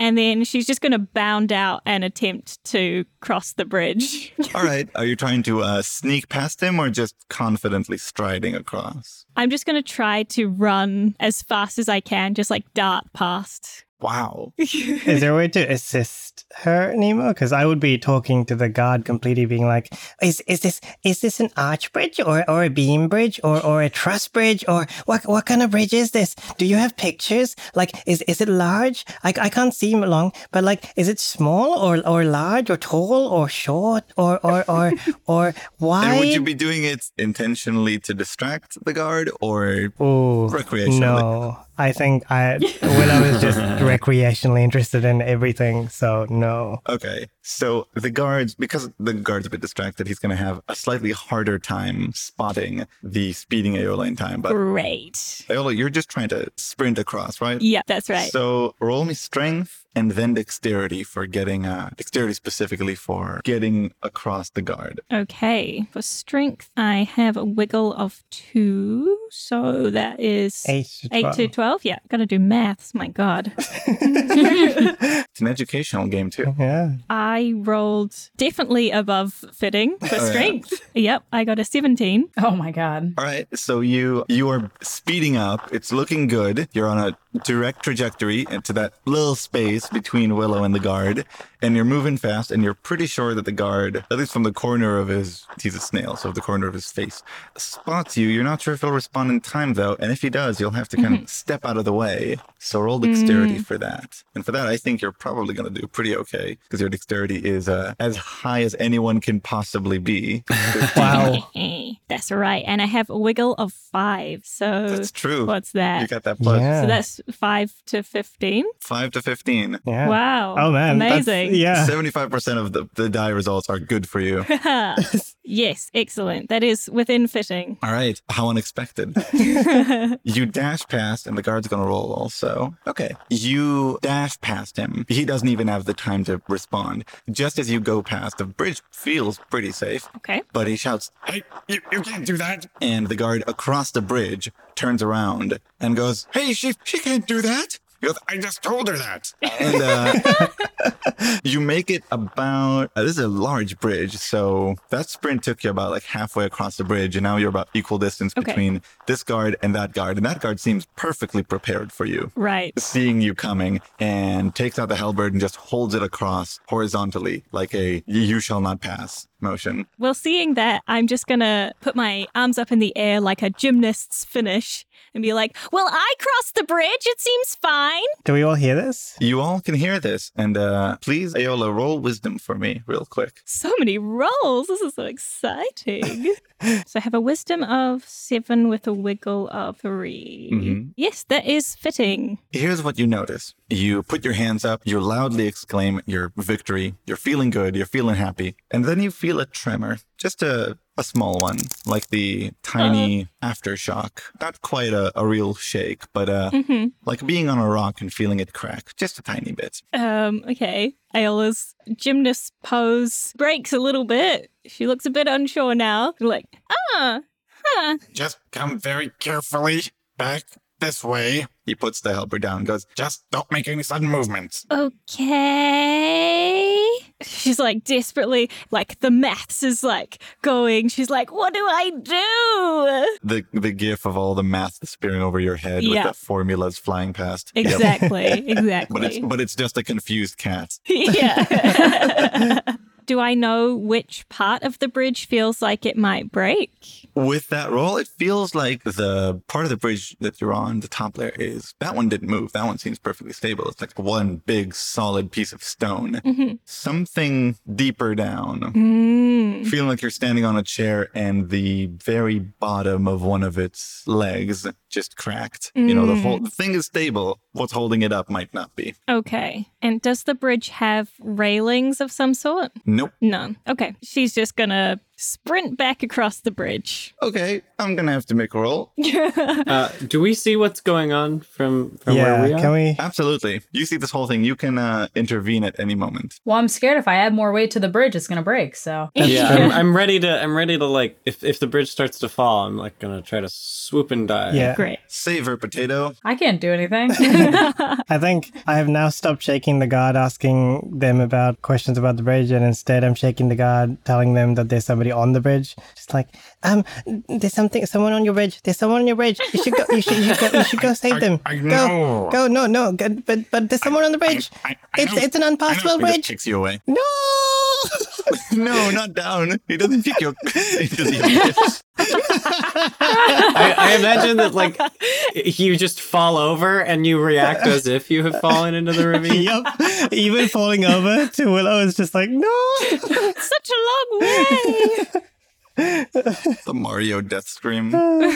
S2: And then she's just going to bound out and attempt to cross the bridge.
S4: All right, are you trying to uh, sneak past him or just confidently striding across?
S2: I'm just going to try to run as fast as I can, just like dart past.
S4: Wow.
S1: Is there a way to assist her anymore? Because I would be talking to the guard completely, being like, "Is is this is this an arch bridge or or a beam bridge or or a truss bridge or what what kind of bridge is this? Do you have pictures? Like, is is it large? I I can't see long, but like, is it small or or large or tall or short or or or or wide?
S4: And would you be doing it intentionally to distract the guard or
S1: Ooh,
S4: Recreationally.
S1: No, I think I Willow is just recreationally interested in everything, so no.
S4: Okay. So the guards, because the guard's a bit distracted, he's going to have a slightly harder time spotting the speeding Aola in time. But
S2: Great.
S4: Aola, you're just trying to sprint across, right?
S2: Yeah, that's right.
S4: So roll me strength and then dexterity for getting, uh, dexterity specifically for getting across the guard.
S2: Okay. For strength, I have a wiggle of two. So that is
S1: Eight to
S2: eight to 12. Yeah. Gotta do maths. My God.
S4: It's an educational game, too.
S1: Yeah.
S2: I rolled definitely above fitting for
S4: yeah.
S2: strength. Yep. I got a 17.
S6: Oh my god.
S4: All right, so you you are speeding up. It's looking good. You're on a direct trajectory into that little space between Willow and the guard, and you're moving fast. And you're pretty sure that the guard, at least from the corner of his—he's a snail, so the corner of his face—spots you. You're not sure if he'll respond in time though, and if he does, you'll have to
S2: Mm-hmm.
S4: kind of step out of the way. So roll dexterity
S2: Mm.
S4: for that. And for that, I think you're probably going to do pretty okay because your dexterity is uh, as high as anyone can possibly be.
S1: Wow.
S2: that's right. And I have a wiggle of five. So
S4: That's true.
S2: what's that?
S4: You got that plus
S1: Yeah.
S2: so that's five to 15.
S4: five to fifteen.
S1: Yeah.
S2: Wow.
S1: Oh man. that's-
S2: Amazing.
S1: yeah.
S4: 75% of the, the die results are good for you.
S2: yes. Excellent. That is within fitting.
S4: All right. How unexpected. you dash past, and the guard's going to roll also. Okay. You dash past him. He doesn't even have the time to respond. Just as you go past, the bridge feels pretty safe,
S2: Okay.
S4: but he shouts, Hey, you, you can't do that. And the guard across the bridge turns around and goes, Hey, she, she can't do that. He goes, I just told her that. And uh, you make it about, uh, this is a large bridge. So that sprint took you about like halfway across the bridge. And now you're about equal distance
S2: Okay.
S4: between this guard and that guard. And that guard seems perfectly prepared for you
S2: Right.
S4: seeing you coming and takes out the halberd and just holds it across horizontally like a you shall not pass motion.
S2: Well, seeing that, I'm just going to put my arms up in the air like a gymnast's finish and be like, Well, I crossed the bridge. It seems fine.
S1: Do we all hear this?
S4: You all can hear this, and uh, please, Ayola, roll wisdom for me real quick.
S2: So many rolls. This is so exciting. so I have a wisdom of seven with a wiggle of 3
S4: Mhm.
S2: Yes, that is fitting.
S4: Here's what you notice you put your hands up, you loudly exclaim your victory, you're feeling good, you're feeling happy, and then you feel a tremor, just a a small one, like the tiny
S2: Uh-huh.
S4: aftershock. Not quite a, a real shake, but uh,
S2: Mm-hmm.
S4: like being on a rock and feeling it crack, just a tiny bit.
S2: Um, okay. Ayola's gymnast pose breaks a little bit. She looks a bit unsure now. Like, ah, huh.
S4: Just come very carefully back this way. He puts the helper down, goes, Just don't make any sudden movements.
S2: Okay. she's like desperately like the maths is like going. She's like, what do I do?
S4: The the gif of all the math spearing over your head
S2: Yeah.
S4: with the formulas flying past. Yep.
S2: Exactly. Exactly.
S4: But it's but it's just a confused cat.
S2: yeah. do I know which part of the bridge feels like it might break?
S4: With that roll, it feels like the part of the bridge that you're on, the top layer is that one didn't move. That one seems perfectly stable. It's like one big solid piece of stone. Something deeper down, feeling like you're standing on a chair and the very bottom of one of its legs just cracked. You know, the whole the thing is stable. What's holding it up might not be.
S2: Okay. And does the bridge have railings of some sort?
S4: Nope.
S2: No. Okay. She's just going to sprint back across the bridge.
S4: Okay, I'm gonna have to make a roll.
S5: Uh, do we see what's going on from, from where we
S11: yeah,
S5: are?
S11: can
S4: Ah,
S11: we?
S4: Absolutely. You see this whole thing. You can uh, intervene at any moment.
S6: Well, I'm scared if I add more weight to the bridge, it's gonna break. So
S5: yeah, I'm, I'm ready to. I'm ready to like. If if the bridge starts to fall, I'm like gonna try to swoop and dive.
S11: Yeah,
S2: Great.
S4: Savor potato.
S6: I can't do anything.
S11: I think I have now stopped shaking the guard, asking them about questions about the bridge, and instead I'm shaking the guard, telling them that there's somebody on the bridge. Just like, um, there's something, someone on your bridge. There's someone on your bridge. You should go. You should. You, should go, you should go save them.
S4: I
S11: go,
S4: know.
S11: go. No, no. Go, but but there's someone on the bridge.
S4: I- I
S11: it's
S4: know-
S11: it's an
S4: I know.
S11: unpassable
S4: He just
S11: bridge.
S4: kicks you away.
S11: No.
S4: No, not down. He doesn't kick you. he doesn't even-
S5: I, I imagine that like you just fall over and you react as if you have fallen into the ravine.
S11: yep. Even falling over to Willow is just like no.
S2: Such a long way.
S4: the Mario death scream. All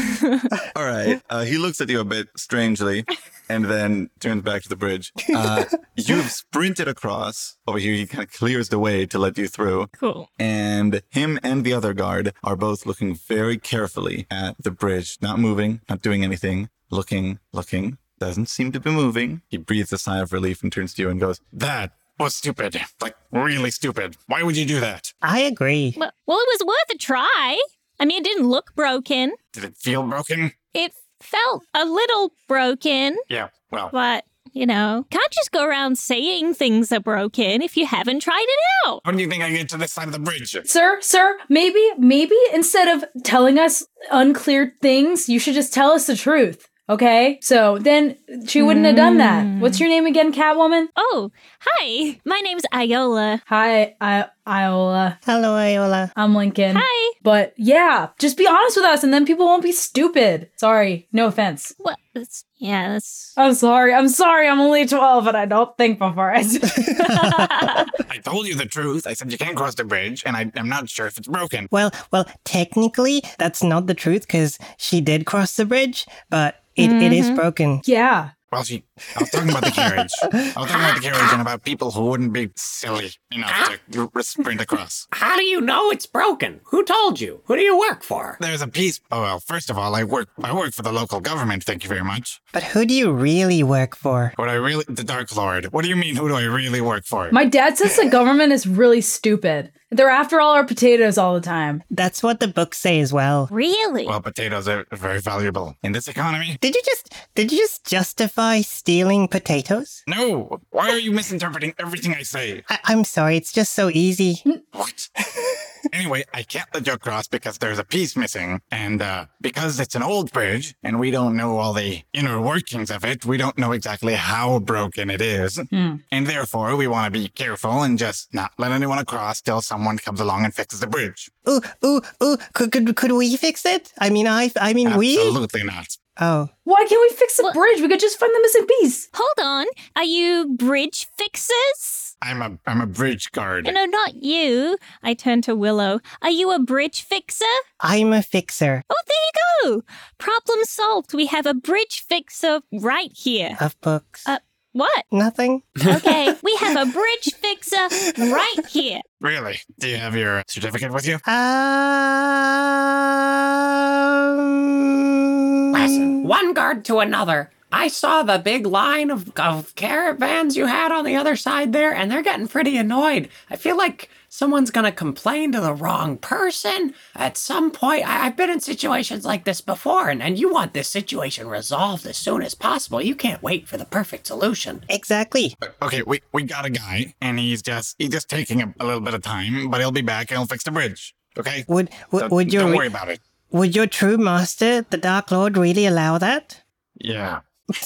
S4: right. Uh, he looks at you a bit strangely, and then turns back to the bridge. Uh, you've sprinted across over here. He kind of clears the way to let you through.
S2: cool.
S4: And him and the other guard are both looking very carefully at the bridge, not moving, not doing anything, looking, looking. Doesn't seem to be moving. He breathes a sigh of relief and turns to you and goes, That was stupid. Like, really stupid. Why would you do that?
S1: I agree.
S2: Well, well, it was worth a try. I mean, it didn't look broken.
S4: Did it feel broken?
S2: It felt a little broken,
S4: Yeah, well.
S2: but you know, can't just go around saying things are broken if you haven't tried it out.
S4: How do you think I get to this side of the bridge?
S6: sir, sir, maybe, maybe instead of telling us unclear things, you should just tell us the truth. Okay? So then she wouldn't have done that. What's your name again, Catwoman?
S2: Oh, hi. My name's Iola.
S6: Hi, I Iola.
S1: Hello, Iola.
S6: I'm Lincoln.
S2: Hi.
S6: But yeah, just be honest with us and then people won't be stupid. Sorry, no offense.
S2: What? That's, yeah, that's.
S6: I'm sorry. I'm sorry. I'm only 12 and I don't think before I say-
S4: I told you the truth. I said you can't cross the bridge, and I, I'm not sure if it's broken.
S1: Well, well, technically that's not the truth because she did cross the bridge, but it, it is broken.
S6: Yeah.
S4: Well, she, I was talking about the carriage. I was talking about the carriage and about people who wouldn't be silly enough to r- sprint across.
S8: How do you know it's broken? Who told you? Who do you work for?
S4: There's a piece. Oh well. First of all, I work. I work for the local government. Thank you very much.
S1: But who do you really work for?
S4: What I really, the Dark Lord. What do you mean? Who do I really work for?
S6: My dad says the government is really stupid. They're after all our potatoes all the time.
S1: That's what the books say as well.
S2: Really?
S4: well, potatoes are very valuable in this economy.
S1: Did you just did you just justify stealing potatoes?
S4: No. Why are you misinterpreting everything I say?
S1: I- I'm sorry, it's just so easy.
S4: What? anyway, I can't let you across because there's a piece missing. And uh, because it's an old bridge and we don't know all the inner workings of it, we don't know exactly how broken it is. And therefore, we want to be careful and just not let anyone across till someone comes along and fixes the bridge.
S1: Ooh, ooh, ooh! Could could, could we fix it? I mean, I I mean, we.
S4: Absolutely not.
S1: Oh,
S6: Why can't we fix the bridge? We could just find the missing piece.
S2: Hold on. Are you bridge fixers?
S4: I'm a I'm a bridge guard.
S2: No, not you. I turn to Willow. Are you a bridge fixer?
S1: I'm a fixer
S2: Oh, there you go. Problem solved. We have a bridge fixer right here.
S1: of books.
S2: Uh, What?
S1: Nothing.
S2: Okay, we have a bridge fixer right here.
S4: Really? Do you have your certificate with you?
S1: Um. Um,
S8: Listen, one guard to another. I saw the big line of, of caravans you had on the other side there, and they're getting pretty annoyed. I feel like someone's gonna complain to the wrong person at some point. I, I've been in situations like this before, and, and you want this situation resolved as soon as possible. You can't wait for the perfect solution.
S1: Exactly.
S12: Okay, we, we got a guy, and he's just he's just taking a, a little bit of time, but he'll be back and he'll fix the bridge. Okay.
S1: Would would,
S12: So
S1: would your
S12: don't
S1: re-
S12: worry about it.
S1: Would your true master, the Dark Lord, really allow that?
S12: Yeah.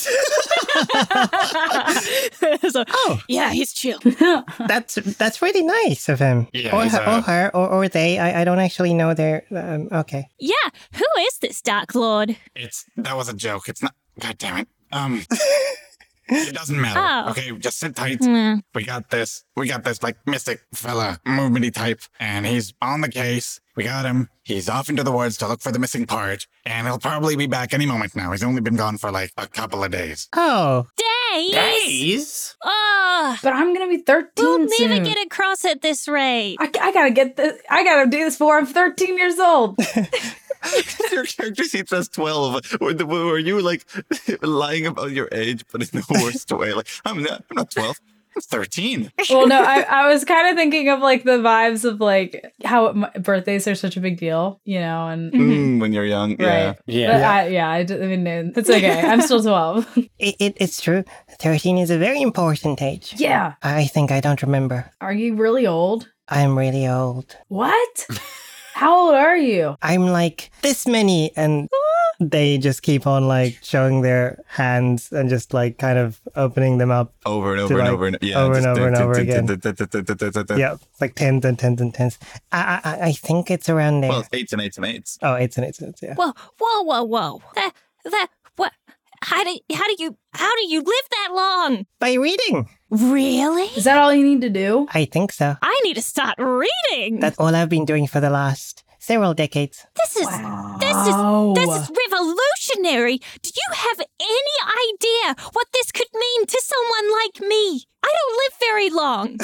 S2: So, yeah, he's chill.
S1: that's that's really nice of him.
S12: Yeah,
S1: or,
S12: he's,
S1: her,
S12: uh,
S1: or her, or, or they. I, I don't actually know their. Um, okay.
S2: Yeah, who is this Dark Lord?
S12: It's that was a joke. It's not. God damn it. Um, it doesn't matter.
S2: Oh.
S12: Okay, just sit tight.
S2: Mm.
S12: We got this. We got this like mystic fella, movementy type, and he's on the case. We got him. He's off into the woods to look for the missing part, and he'll probably be back any moment now. He's only been gone for like a couple of days.
S1: Oh,
S2: Days?
S5: Days?
S2: Oh,
S6: But I'm gonna be 13
S2: we'll never
S6: soon.
S2: get across at this rate.
S6: I, I gotta get this. I gotta do this before I'm 13 years old.
S4: Your character sheet says 12. Were, the- were you like lying about your age, but in the worst way? Like, I'm not, I'm not 12. I'm 13.
S6: well, no, I, I was kind of thinking of like the vibes of like how my, birthdays are such a big deal, you know, and
S1: Mm-hmm.
S2: Mm-hmm.
S4: Mm, when you're young. Yeah.
S6: right.
S5: Yeah.
S6: But I, yeah, I, d- I mean, it's okay. I'm still 12.
S1: it, it it's true. Thirteen is a very important age.
S6: yeah.
S1: I think I don't remember.
S6: Are you really old?
S1: I'm really old.
S6: What? How old are you?
S1: I'm like this many, and they just keep on like showing their hands and just like kind of opening them up.
S4: Over and over
S1: like,
S4: and over and yeah,
S1: over and
S4: just-
S1: over and over again.
S4: Yeah.
S1: Yeah, it's like tens and tens and tens. I I, I- I think it's around there.
S4: Well, it's eights and eights and eights.
S1: oh, eights and eights and eights. Yeah.
S2: Whoa, whoa, whoa, whoa. That, that, what? How do, how do you, how do you live that long?
S1: By reading,
S2: Really?
S6: Is that all you need to do?
S1: I think so.
S2: I need to start reading.
S1: That's all I've been doing for the last several decades.
S2: this is, this is This is revolutionary. Do you have any idea what this could mean to someone like me? I don't live very long.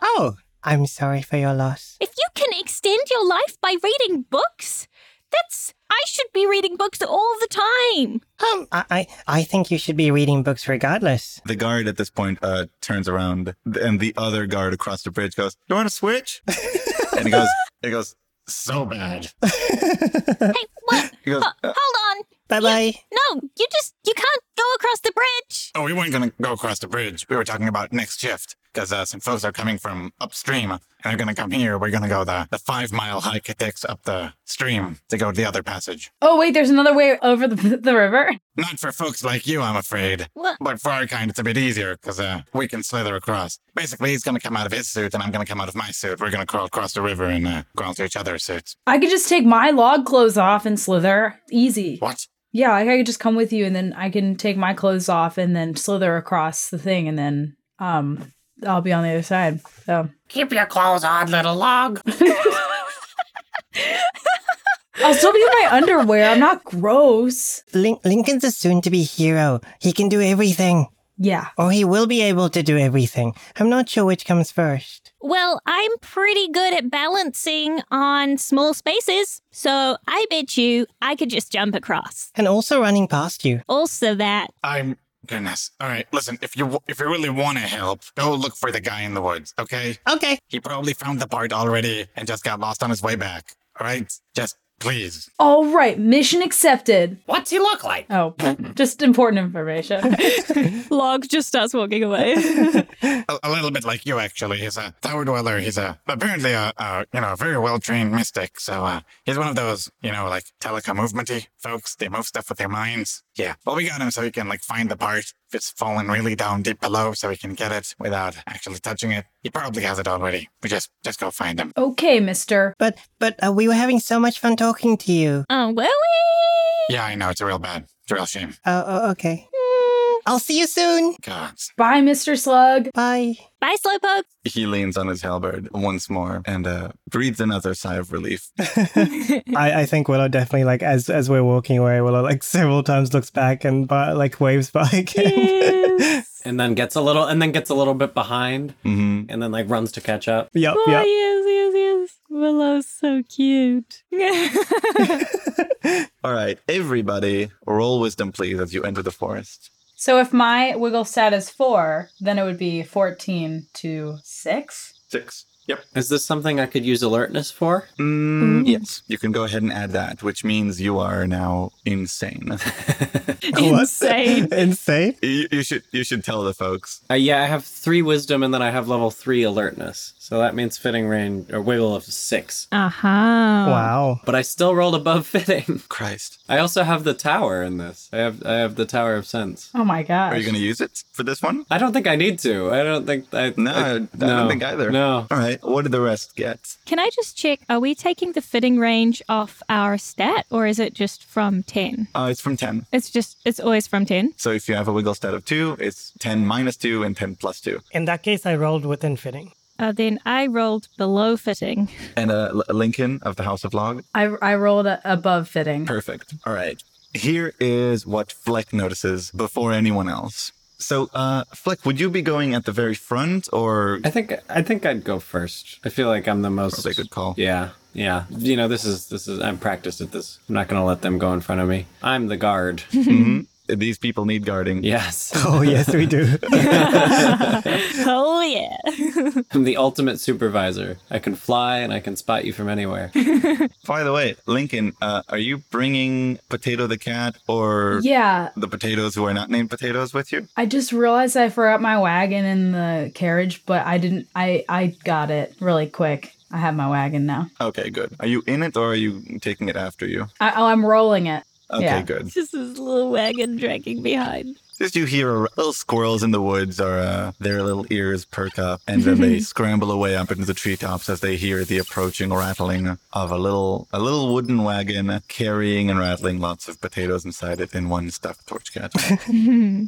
S1: Oh, I'm sorry for your loss.
S2: if you can extend your life by reading books, that's. I should be reading books all the time.
S1: Um, I, I, I think you should be reading books regardless.
S4: The guard at this point uh, turns around, and the other guard across the bridge goes, "You want to switch?" and he goes, "He goes,
S12: So bad.
S2: hey, what?
S4: he goes,
S2: Ho-
S1: Uh.
S2: hold on.
S1: Bye bye.
S2: No, you just. You can't go across the bridge.
S12: Oh, we weren't gonna go across the bridge. We were talking about next shift because uh, some folks are coming from upstream and they're gonna come here. We're gonna go the, the five mile hike it takes up the stream to go to the other passage.
S6: Oh, wait, there's another way over the, the river.
S12: Not for folks like you, I'm afraid.
S2: What?
S12: But for our kind, it's a bit easier because uh, we can slither across. Basically, he's gonna come out of his suit and I'm gonna come out of my suit. We're gonna crawl across the river and uh, crawl to each other's suits.
S6: I could just take my log clothes off and slither. Easy.
S12: What?
S6: Yeah, like I could just come with you and then I can take my clothes off and then slither across the thing and then um I'll be on the other side. So
S8: Keep your clothes on, little log.
S6: I'll still be in my underwear. I'm not gross.
S1: Lin- Lincoln's a soon to be hero. He can do everything,
S6: Yeah.
S1: or he will be able to do everything. I'm not sure which comes first.
S2: Well, I'm pretty good at balancing on small spaces, so I bet you I could just jump across.
S1: And also running past you.
S2: Also, that
S12: I'm goodness. All right, listen. If you if you really want to help, go look for the guy in the woods. Okay.
S1: Okay.
S12: He probably found the part already and just got lost on his way back. All right? Just please.
S6: All right, mission accepted.
S8: What's he look like?
S6: Oh, just important information.
S2: Log just starts walking away.
S12: A, a little bit like you, actually. He's a tower dweller. He's a apparently a, a you know a very well trained mystic. So uh, he's one of those you know like teleca movementy folks. They move stuff with their minds. Yeah. Well, we got him so he can like find the part if it's fallen really down deep below, so he can get it without actually touching it. He probably has it already. We just just go find him.
S6: okay, mister.
S1: But but uh, we were having so much fun talking to you.
S2: oh, were we?
S12: Yeah, I know it's a real bad, it's a real shame.
S1: Oh, oh okay. I'll see you soon.
S12: Gods.
S6: Bye, Mr. Slug.
S1: Bye.
S2: Bye, Slowpoke.
S4: He leans on his halberd once more and uh, breathes another sigh of relief.
S11: I, I think Willow definitely like as as we're walking away, Willow like several times looks back and but like waves by again.
S5: And then gets a little and then gets a little bit behind
S4: Mhm.
S5: and then like runs to catch up.
S11: yep,
S2: Oh,
S11: yep.
S2: yes, yes, yes. Willow's so cute.
S4: All right, everybody, roll wisdom, please, as you enter the forest.
S6: So if my wiggle stat is four, then it would be 14 to six.
S4: Six. Yep.
S5: Is this something I could use alertness for?
S4: Mm, yes, you can go ahead and add that, which means you are now insane.
S2: Insane.
S11: Insane.
S4: you, you should you should tell the folks.
S5: Uh, yeah, I have three wisdom and then I have level three alertness. So that means fitting range or wiggle of six.
S2: Uh-huh. Aha.
S11: Wow.
S5: But I still rolled above fitting.
S4: Christ,
S5: I also have the tower in this. I have I have the tower of sense.
S6: Oh my gosh.
S4: are you going to use it for this one?
S5: I don't think I need to. I don't think I.
S4: No, I,
S5: I,
S4: don't think either.
S5: No.
S4: All right, what did the rest get?
S2: Can I just check? Are we taking the fitting range off our stat or is it just from 10?
S4: Uh, it's from ten.
S2: It's just, it's always from 10.
S4: So if you have a wiggle stat of two, it's ten minus two and ten plus two.
S9: In that case, I rolled within fitting.
S2: Uh, then I rolled below fitting.
S4: And a, a Lincoln of the House of Log.
S6: I, I rolled a, above fitting.
S4: Perfect. All right. Here is what Fleck notices before anyone else. So, uh, Fleck, would you be going at the very front or
S5: I think I think I'd go first. I feel like I'm the most.
S4: Probably a good call.
S5: Yeah, yeah. You know, this is this is. I'm practiced at this. I'm not gonna let them go in front of me. I'm the guard.
S4: Mhm. these people need guarding?
S5: yes,
S11: Oh, yes, we do.
S2: Oh, yeah.
S5: I'm the ultimate supervisor. I can fly and I can spot you from anywhere.
S4: By the way, Lincoln, uh, are you bringing Potato the cat or
S6: Yeah.
S4: the potatoes who are not named potatoes with you?
S6: I just realized I forgot my wagon in the carriage, but I didn't. I, I got it really quick. I have my wagon now.
S4: Okay, good. Are you in it or are you taking it after you?
S6: I, oh, I'm rolling it.
S4: Okay,
S6: Yeah.
S4: good.
S2: Just this little wagon dragging behind.
S4: Just you hear a- little squirrels in the woods are uh, their little ears perk up, and then they scramble away up into the treetops as they hear the approaching rattling of a little a little wooden wagon carrying and rattling lots of potatoes inside it and one stuffed torch cat.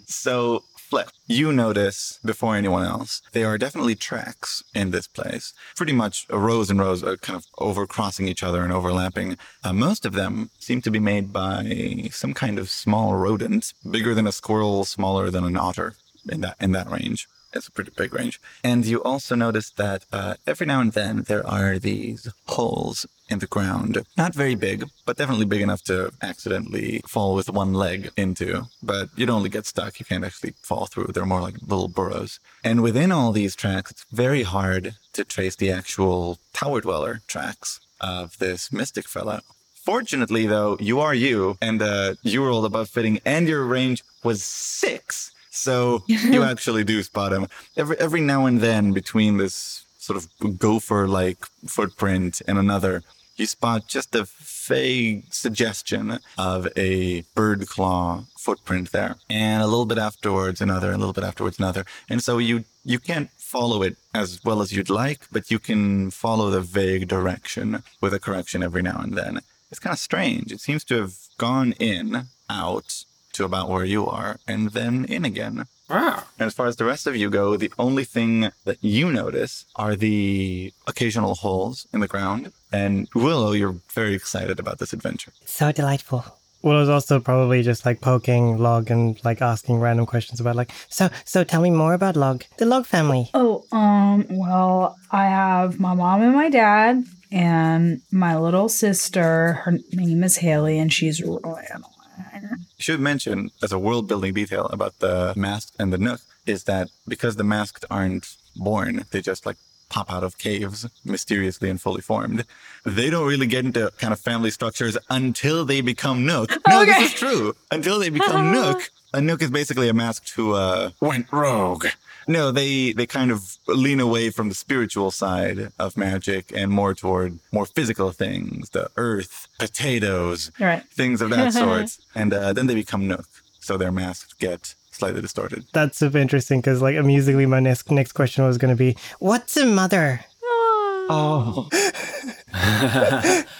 S4: so. Fleck, you notice before anyone else, there are definitely tracks in this place. Pretty much rows and rows are kind of overcrossing each other and overlapping. Uh, most of them seem to be made by some kind of small rodent, bigger than a squirrel, smaller than an otter, in that in that range. It's a pretty big range. And you also notice that uh, every now and then there are these holes in the ground. Not very big, but definitely big enough to accidentally fall with one leg into. But you don't only get stuck, you can't actually fall through. They're more like little burrows. And within all these tracks, it's very hard to trace the actual tower dweller tracks of this mystic fella. Fortunately, though, you are you, and uh, you rolled above fitting, and your range was six. So you actually do spot him. Every, every now and then, between this sort of gopher like footprint and another, you spot just a vague suggestion of a bird claw footprint there. And a little bit afterwards, another, and a little bit afterwards, another. And so you, you can't follow it as well as you'd like, but you can follow the vague direction with a correction every now and then. It's kind of strange. It seems to have gone in, out to about where you are, and then in again.
S8: Wow.
S4: And as far as the rest of you go, the only thing that you notice are the occasional holes in the ground. And Willow, you're very excited about this adventure.
S1: So delightful.
S11: Well, it was also probably just like poking Log and like asking random questions about like,
S1: So, so tell me more about Log, the Log family.
S6: Oh, um, well, I have my mom and my dad and my little sister. Her name is Haley, and she's really annoying.
S4: should mention as a world building detail about the masked and the nook is that because the masked aren't born, they just like pop out of caves mysteriously and fully formed. They don't really get into kind of family structures until they become nook. No,
S6: Okay.
S4: this is true. Until they become nook. A nook is basically a masked who uh
S12: Went rogue.
S4: no, they they kind of lean away from the spiritual side of magic and more toward more physical things, the earth, potatoes,
S6: All right.
S4: things of that sort. And uh, then they become Nook. So their masks get slightly distorted.
S11: that's super interesting because like amusingly, my next next question was going to be,
S1: What's a mother?
S5: Oh.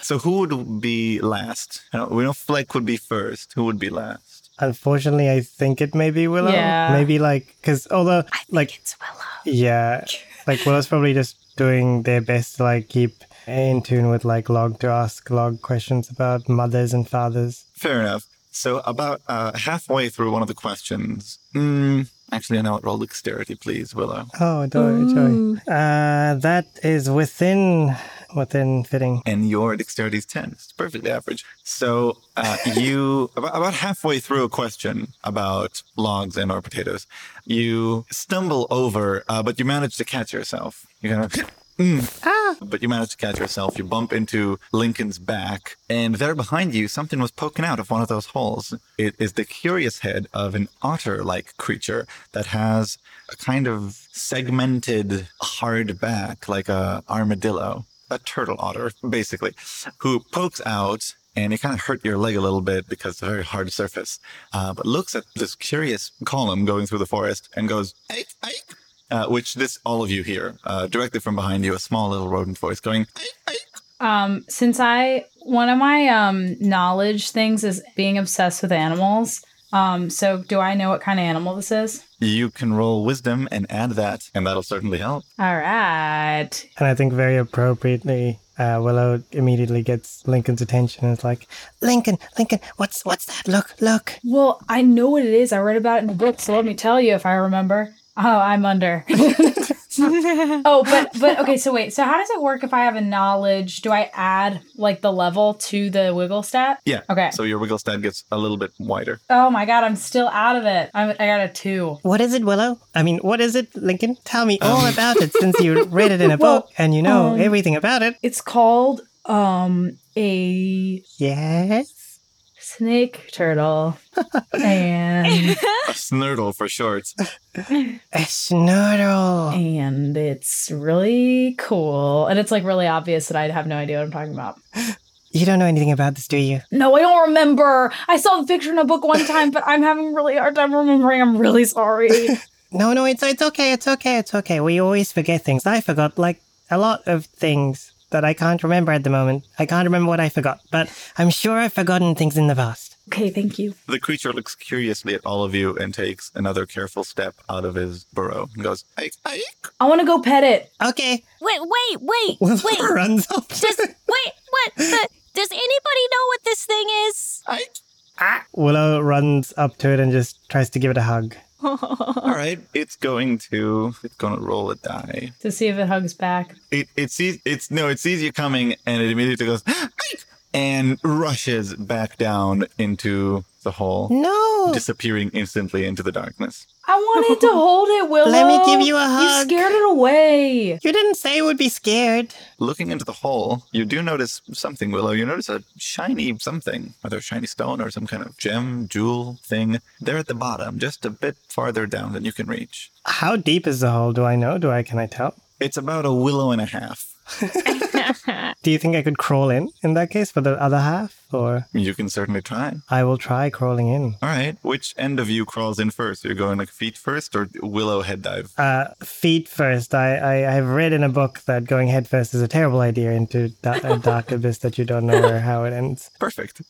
S4: So who would be last? I don't, we know Fleck would be first. Who would be last?
S11: unfortunately, I think it may be Willow.
S6: Yeah.
S11: Maybe like because although like it's Willow. Yeah, like Willow's probably just doing their best to like keep in tune with like Log to ask Log questions about mothers and fathers.
S4: Fair enough. So about uh, halfway through one of the questions. Mm, actually, I know it. Roll dexterity, please, Willow.
S11: Oh, joy, joy. Uh, that is within
S1: within fitting.
S4: and your dexterity is 10. It's perfectly average. So uh, you, about, about halfway through a question about logs and or potatoes, you stumble over, uh, but you manage to catch yourself. You kind of, mm, ah, but you manage to catch yourself. You bump into Lincoln's back, and there behind you, something was poking out of one of those holes. It is the curious head of an otter-like creature that has a kind of segmented, hard back, like a armadillo a turtle otter, basically, who pokes out and it kind of hurt your leg a little bit because it's a very hard surface, uh, but looks at this curious column going through the forest and goes, "Eik, eik," uh, which this, all of you hear, uh, directly from behind you, a small little rodent voice going, "Eik."
S6: Um, since I one of my um knowledge things is being obsessed with animals. Um, so do I know what kind of animal this is?
S4: you can roll wisdom and add that, and that'll certainly help.
S6: All right.
S1: And I think very appropriately, uh, Willow immediately gets Lincoln's attention and is like,
S6: Lincoln, Lincoln, what's what's that? Look, look. Well, I know what it is. I read about it in a book, so let me tell you if I remember. Oh, I'm under. oh, but but okay, so wait. So how does it work if I have a knowledge? Do I add like the level to the wiggle stat?
S4: Yeah.
S6: Okay.
S4: So your wiggle stat gets a little bit wider.
S6: Oh my god, I'm still out of it. I'm, I got a 2.
S9: What is it, Willow? I mean, what is it, Lincoln? Tell me all about it since you read it in a
S6: Well,
S9: book and you know
S6: um,
S9: everything about it.
S6: It's called um a
S9: Yes.
S6: snake turtle. and
S4: A snurtle for short.
S9: A snurtle.
S6: And it's really cool. And it's like really obvious that I'd have no idea what I'm talking about.
S9: You don't know anything about this, do you?
S6: No, I don't remember. I saw the picture in a book one time, but I'm having a really hard time remembering. I'm really sorry.
S9: No, no, it's it's okay, it's okay, it's okay. We always forget things. I forgot like a lot of things that I can't remember at the moment. I can't remember what I forgot, but I'm sure I've forgotten things in the past.
S6: Okay, thank you.
S4: The creature looks curiously at all of you and takes another careful step out of his burrow and goes, "Eik, eik."
S6: I want to go pet it.
S9: Okay.
S2: Wait, wait, wait,
S9: Willow
S2: wait.
S9: runs up.
S2: Does wait, what? The, does anybody know what this thing is?
S1: Willow runs up to it and just tries to give it a hug.
S4: All right, it's going to it's going to roll a die.
S6: To see if it hugs back.
S4: It it sees it's no, it sees you coming and it immediately goes "Eek!" and rushes back down into the hole.
S9: No.
S4: Disappearing instantly into the darkness.
S6: I wanted to hold it, Willow.
S9: Let me give you a hug.
S6: You scared it away.
S9: You didn't say it would be scared.
S4: Looking into the hole, you do notice something, Willow. You notice a shiny something, whether a shiny stone or some kind of gem, jewel thing. There at the bottom, just a bit farther down than you can reach.
S1: How deep is the hole? Do I know? Do I can I tell?
S4: It's about a willow and a half.
S1: Do you think I could crawl in in that case for the other half? Or
S4: You can certainly try.
S1: I will try crawling in.
S4: All right. Which end of you crawls in first? Are you going like feet first or willow head dive?
S1: Uh, feet first. I, I I've read in a book that going head first is a terrible idea into that a dark abyss that you don't know where how it ends.
S4: Perfect.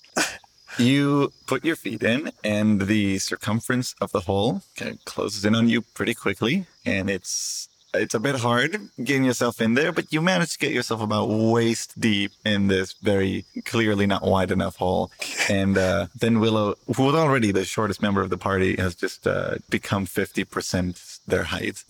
S4: You put your feet in, and the circumference of the hole kind of closes in on you pretty quickly. And it's it's a bit hard getting yourself in there, but you manage to get yourself about waist deep in this very clearly not wide enough hole. And uh, then Willow, who was already the shortest member of the party, has just uh, become fifty percent their height.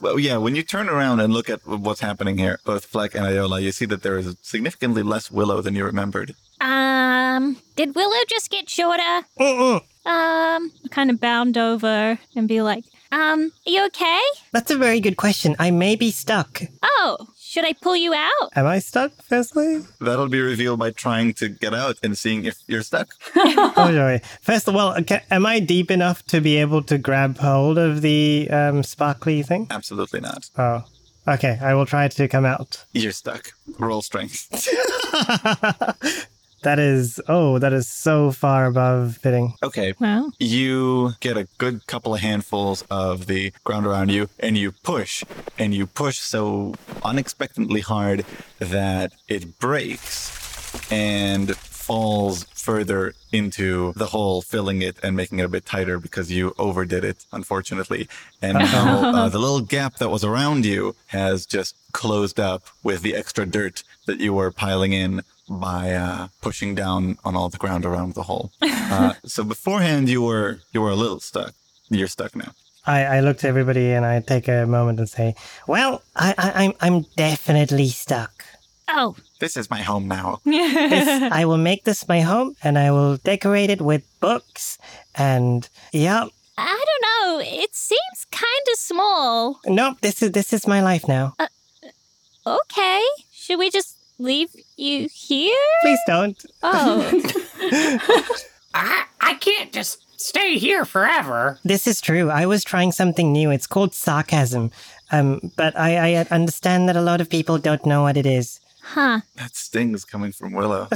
S4: Well, yeah, when you turn around and look at what's happening here, both Fleck and Iola, you see that there is significantly less Willow than you remembered.
S2: Um, did Willow just get shorter?
S9: Mm-mm.
S2: Um,
S13: kind of bound over and be like,
S2: um, are you okay?
S9: That's a very good question. I may be stuck.
S2: Oh, should I pull you out?
S1: Am I stuck, firstly?
S4: That'll be revealed by trying to get out and seeing if you're stuck.
S1: oh joy! First of all, okay, am I deep enough to be able to grab hold of the um, sparkly thing?
S4: Absolutely not.
S1: Oh, okay. I will try to come out.
S4: You're stuck. Roll strength.
S1: That is oh, that is so far above fitting.
S4: Okay.
S13: Wow.
S4: You get a good couple of handfuls of the ground around you and you push and you push so unexpectedly hard that it breaks and falls further into the hole, filling it and making it a bit tighter because you overdid it, unfortunately. And now uh, the little gap that was around you has just closed up with the extra dirt that you were piling in by uh, pushing down on all the ground around the hole. Uh, so beforehand, you were you were a little stuck. You're stuck now.
S1: I, I look to everybody and I take a moment and say, "Well, I, I, I'm I'm definitely stuck.
S14: Oh.
S4: This is my home now.
S1: This- I will make this my home and I will decorate it with books and yeah,
S14: I don't know. It seems kind of small.
S1: nope. This is this is my life now.
S14: Okay. Should we just leave you here?
S1: Please don't.
S14: Oh.
S8: I, I can't just stay here forever.
S1: This is true. I was trying something new. It's called sarcasm. Um, but I, I understand that a lot of people don't know what it is.
S14: huh.
S4: That sting's coming from Willow.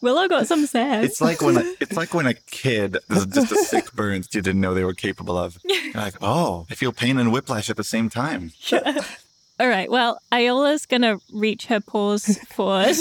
S2: Willow got some sad.
S4: It's like when a, it's like when a kid there's just a sick burn that you didn't know they were capable of. You're like, oh, I feel pain and whiplash at the same time.
S2: All right. Well, Iola's going to reach her paws forward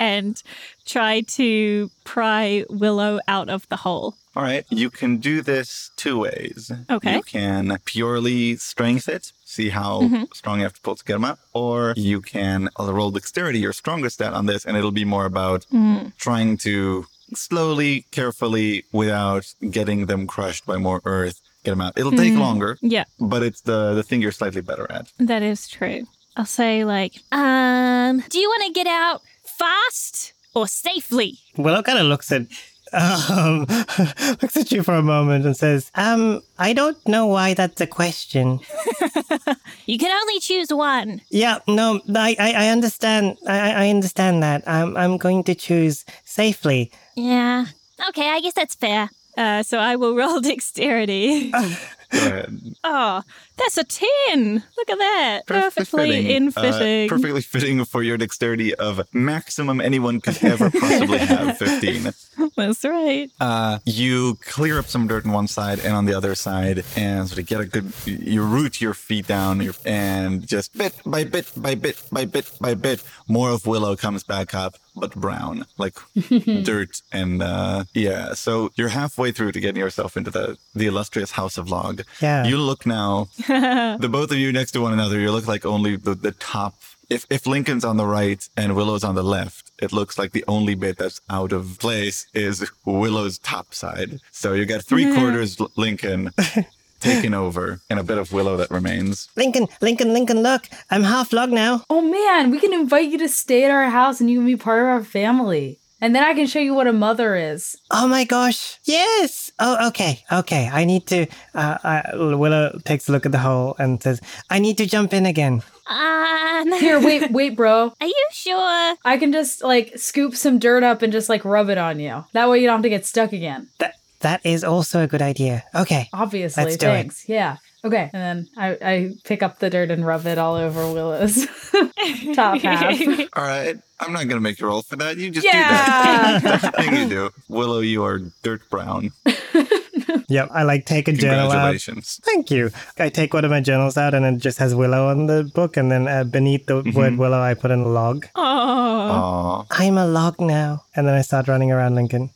S2: and try to pry Willow out of the hole.
S4: All right, you can do this two ways.
S2: Okay.
S4: You can purely strength it, see how
S2: Mhm.
S4: strong you have to pull to get them up, or you can roll dexterity, your strongest stat on this, and it'll be more about
S2: Mm.
S4: trying to slowly, carefully, without getting them crushed by more earth, get them out. It'll take
S2: Mm.
S4: longer,
S2: Yeah,
S4: but it's the the thing you're slightly better at.
S2: that is true. I'll say, like,
S14: Um, do you want to get out fast or safely?
S1: Willow kind of looks at um, looks at you for a moment and says, "Um, I don't know why that's a question.
S14: You can only choose one.
S1: Yeah, no, I, I, I understand. I, I- I understand that. I'm, I'm going to choose safely.
S14: Yeah. Okay, I guess that's fair.
S2: uh, so I will roll dexterity.
S4: Go ahead.
S2: oh, that's a 10. Look at that. Perfectly, in
S4: uh,
S2: fitting.
S4: perfectly fitting for your dexterity of maximum anyone could ever possibly have, 15.
S2: That's right.
S4: Uh, you clear up some dirt on one side and on the other side, and sort of get a good. You root your feet down, your- and just bit by bit by bit by bit by bit, more of Willow comes back up, but brown, like dirt, and uh, yeah. So you're halfway through to getting yourself into the the illustrious House of Log.
S1: Yeah.
S4: You look now the both of you next to one another, you look like only the, the top. If, if Lincoln's on the right and Willow's on the left, it looks like the only bit that's out of place is Willow's top side. So you got three quarters L- Lincoln taken over and a bit of Willow that remains.
S1: Lincoln, Lincoln, Lincoln, look, I'm half log now.
S6: Oh man, we can invite you to stay at our house and you can be part of our family. And then I can show you what a mother is.
S1: Oh my gosh! Yes. Oh, okay, okay. I need to. Uh, I, Willow takes a look at the hole and says, "I need to jump in again."
S2: Uh.
S14: Um,
S6: Here, wait, wait, bro.
S14: Are you sure?
S6: I can just like scoop some dirt up and just like rub it on you. That way you don't have to get stuck again.
S1: That is also a good idea. Okay.
S6: Obviously,
S1: Let's do it.
S6: thanks. Yeah. Okay. And then I, I pick up the dirt and rub it all over Willow's top half.
S4: All right. I'm not going to make you roll for that. You just
S6: Yeah.
S4: do that. That's the thing you do. Willow, you are dirt brown.
S1: Yep. I like take a journal out.
S4: Congratulations.
S1: Thank you. I take one of my journals out, and it just has Willow on the book, and then uh, beneath the word Willow, I put in log.
S2: Oh.
S4: Aw.
S1: I'm a log now, and then I start running around Lincoln.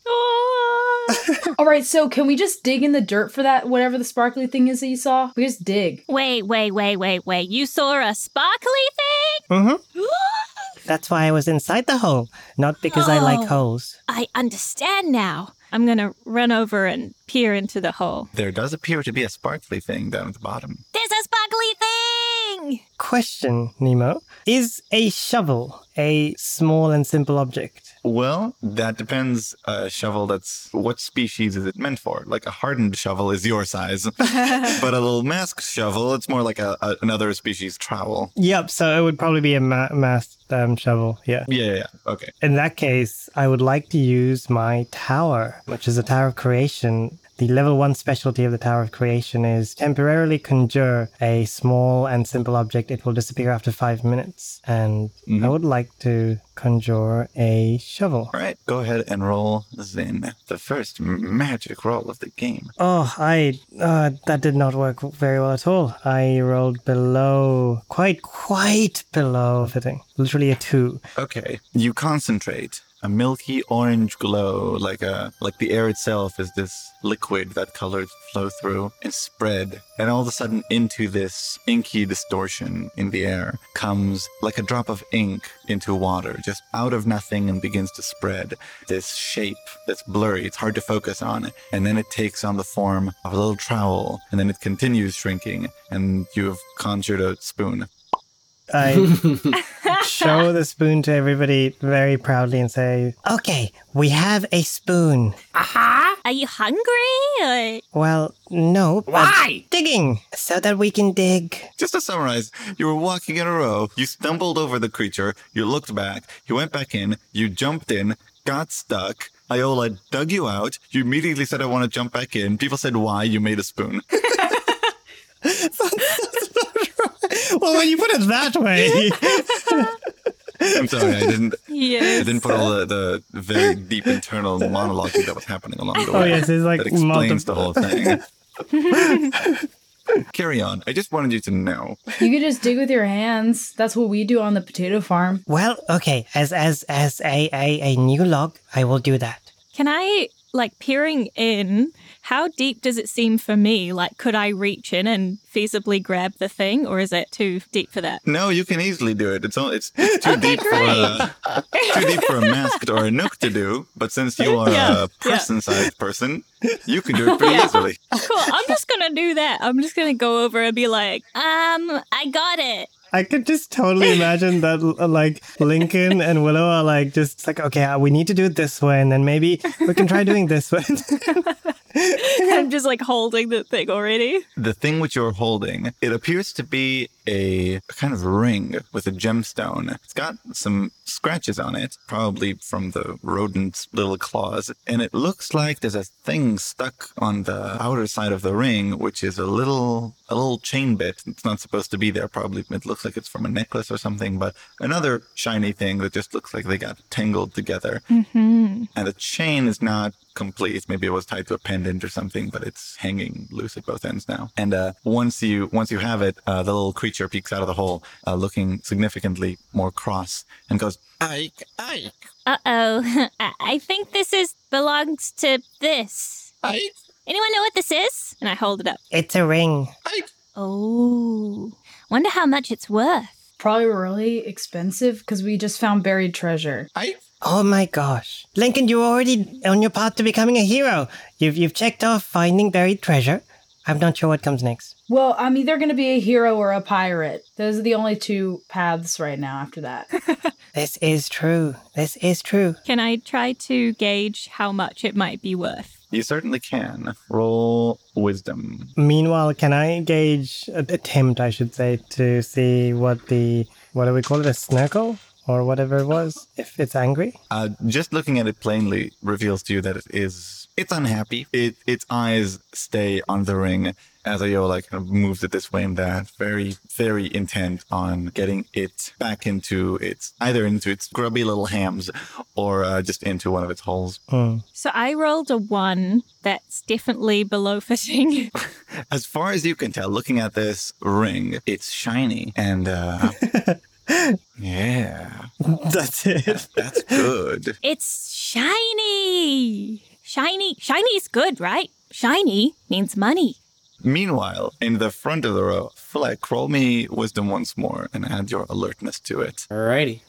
S6: all right. So can we just dig in the dirt for that, whatever the sparkly thing is that you saw? We just dig.
S14: Wait, wait, wait, wait, wait. You saw a sparkly thing?
S1: Mm-hmm. That's why I was inside the hole, not because I
S14: Oh.
S1: like holes.
S14: I understand now.
S2: I'm going to run over and peer into the hole.
S4: There does appear to be a sparkly thing down at the bottom.
S14: There's a sparkly thing!
S1: Question, Nemo: Is a shovel a small and simple object?
S4: Well, that depends. A shovel that's what species is it meant for? Like a hardened shovel is your size, but a little masked shovel, it's more like a, a, another species trowel.
S1: Yep. So it would probably be a ma- mass um, shovel. Yeah.
S4: Yeah, yeah, yeah. Okay.
S1: In that case, I would like to use my tower, which is a tower of creation. The level one specialty of the Tower of Creation is temporarily conjure a small and simple object. It will disappear after five minutes. And I would like to conjure a shovel.
S4: All right. Go ahead and roll Zin, the first m- magic roll of the game.
S1: Oh, I uh, that did not work very well at all. I rolled below, quite, quite below fitting. Literally a two.
S4: Okay. You concentrate a milky orange glow, like a like the air itself is this liquid that colors flow through and spread. And all of a sudden, into this inky distortion in the air comes like a drop of ink into water, just out of nothing, and begins to spread this shape that's blurry. It's hard to focus on, and then it takes on the form of a little trowel, and then it continues shrinking, and you have conjured a spoon.
S11: I show the spoon to everybody very proudly and say, Okay, we have a spoon.
S8: Uh-huh.
S15: Aha! Are you hungry?
S11: Well, no. but
S15: Why?
S11: Digging, so that we can dig.
S4: Just to summarize, you were walking in a row, you stumbled over the creature, you looked back, you went back in, you jumped in, got stuck. Iola dug you out. You immediately said, I want to jump back in. People said, Why? You made a spoon.
S11: Well, when you put it that way,
S4: I'm sorry, I didn't.
S2: Yes.
S4: I didn't put all the, the very deep internal monologue that was happening along the
S11: Oh,
S4: way.
S11: yes, it's like
S4: that explains
S11: multiple-
S4: the whole thing. Carry on. I just wanted you to know.
S6: You could just dig with your hands. That's what we do on the potato farm.
S1: Well, okay, as as as a, a, a new log, I will do that.
S2: Can I, like, peering in, how deep does it seem for me? Like, could I reach in and feasibly grab the thing, or is it too deep for that?
S4: No, you can easily do it. It's all, it's, it's too deep for a too deep for a masked or a nook to do. But since you are
S2: Yeah,
S4: a person-sized person, you can do it pretty
S2: Yeah.
S4: easily.
S2: Cool. I'm just gonna do that. I'm just gonna go over and be like,
S15: Um, I got it.
S11: I could just totally imagine that, uh, like, Lincoln and Willow are like, just like, okay, uh, we need to do it this way, and then maybe we can try doing this way.
S2: I'm just like holding the thing already.
S4: the thing which you're holding, it appears to be a, a kind of ring with a gemstone. It's got some scratches on it, probably from the rodent's little claws, and it looks like there's a thing stuck on the outer side of the ring, which is a little a little chain bit. It's not supposed to be there. Probably it looks like it's from a necklace or something, but another shiny thing that just looks like they got tangled together.
S2: Mm-hmm.
S4: And the chain is not complete. Maybe it was tied to a pendant or something, but it's hanging loose at both ends now. And uh, once you once you have it, uh, the little creature peeks out of the hole, uh, looking significantly more cross, and goes, "Ike, Ike,
S15: Uh oh. I-, I think this is belongs to this. Anyone know what this is?
S2: And I hold it up.
S1: It's a ring.
S15: Oh. Wonder how much it's worth.
S6: Probably really expensive because we just found buried treasure.
S1: Oh my gosh. Lincoln, you're already on your path to becoming a hero. You've you've checked off finding buried treasure. I'm not sure what comes next.
S6: Well, I'm either going to be a hero or a pirate. Those are the only two paths right now after that.
S1: This is true. This is true.
S2: Can I try to gauge how much it might be worth?
S4: You certainly can. Roll wisdom."
S11: Meanwhile, can I gauge uh, attempt, I should say, to see what the what do we call it, a snorkel or whatever it was, if it's angry?
S4: Uh, just looking at it plainly reveals to you that it is it's unhappy. It its eyes stay on the ring as Ayola kind of moves it this way and that, very, very intent on getting it back into its either into its grubby little hams or uh, just into one of its holes.
S11: Hmm.
S2: So I rolled a one that's definitely below fishing.
S4: As far as you can tell, looking at this ring, it's shiny and uh, yeah,
S11: that's it.
S4: That's good.
S15: It's shiny. Shiny. Shiny is good, right? Shiny means money.
S4: Meanwhile, in the front of the row, Fleck, roll me wisdom once more and add your alertness to it.
S5: Alrighty.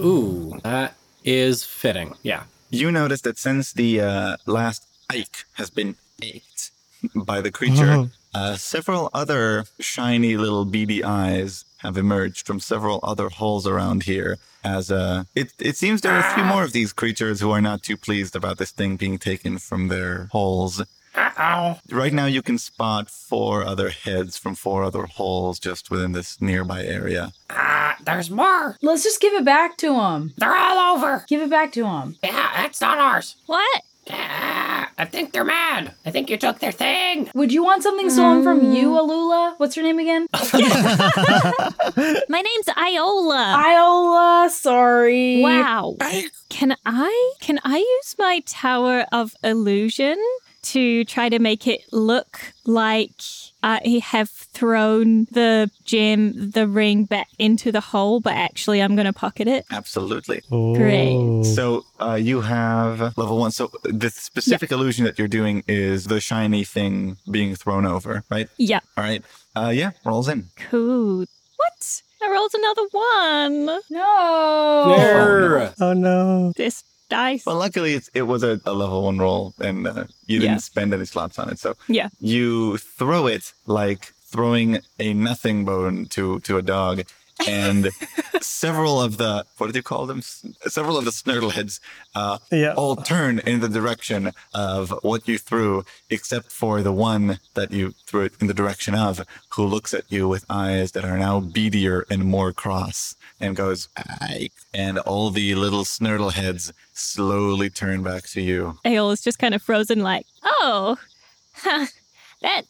S5: Ooh, that is fitting. Yeah.
S4: You notice that since the uh, last Ike has been ached by the creature,
S5: Oh.
S4: uh, several other shiny little beady eyes have emerged from several other holes around here. As uh, it, it seems there are a few more of these creatures who are not too pleased about this thing being taken from their holes.
S8: Uh-oh.
S4: Right now, you can spot four other heads from four other holes just within this nearby area.
S8: Uh, there's more.
S6: Let's just give it back to them.
S8: They're all over.
S6: Give it back to them.
S8: Yeah, that's not ours.
S15: What?
S8: I think they're mad. I think you took their thing.
S6: Would you want something stolen
S8: Mm.
S6: from you, Alula? What's your name again?
S15: My name's Iola.
S6: Iola, sorry.
S2: Wow. Can I can I use my tower of illusion to try to make it look like I have thrown the gem, the ring back into the hole, but actually I'm going to pocket it.
S4: Absolutely.
S2: Great.
S11: Oh.
S4: So uh, you have level one. So the specific illusion that you're doing is the shiny thing being thrown over, right?
S2: Yeah.
S4: All right. Uh, yeah, rolls in.
S2: Cool. What? I rolled another one.
S6: No.
S4: There.
S11: Oh no.
S2: This dice.
S4: Well, luckily it's, it was a, a level one roll, and uh, you didn't
S2: Yeah.
S4: spend any slots on it. So
S2: Yeah.
S4: you throw it like throwing a nothing bone to to a dog, and several of the what do you call them? S- Several of the snurtleheads uh,
S11: Yeah.
S4: all turn in the direction of what you threw, except for the one that you threw it in the direction of, who looks at you with eyes that are now beadier and more cross, and goes, "Ike," and all the little snurtleheads slowly turn back to you.
S2: Ale is just kind of frozen, like,
S15: Oh, huh, that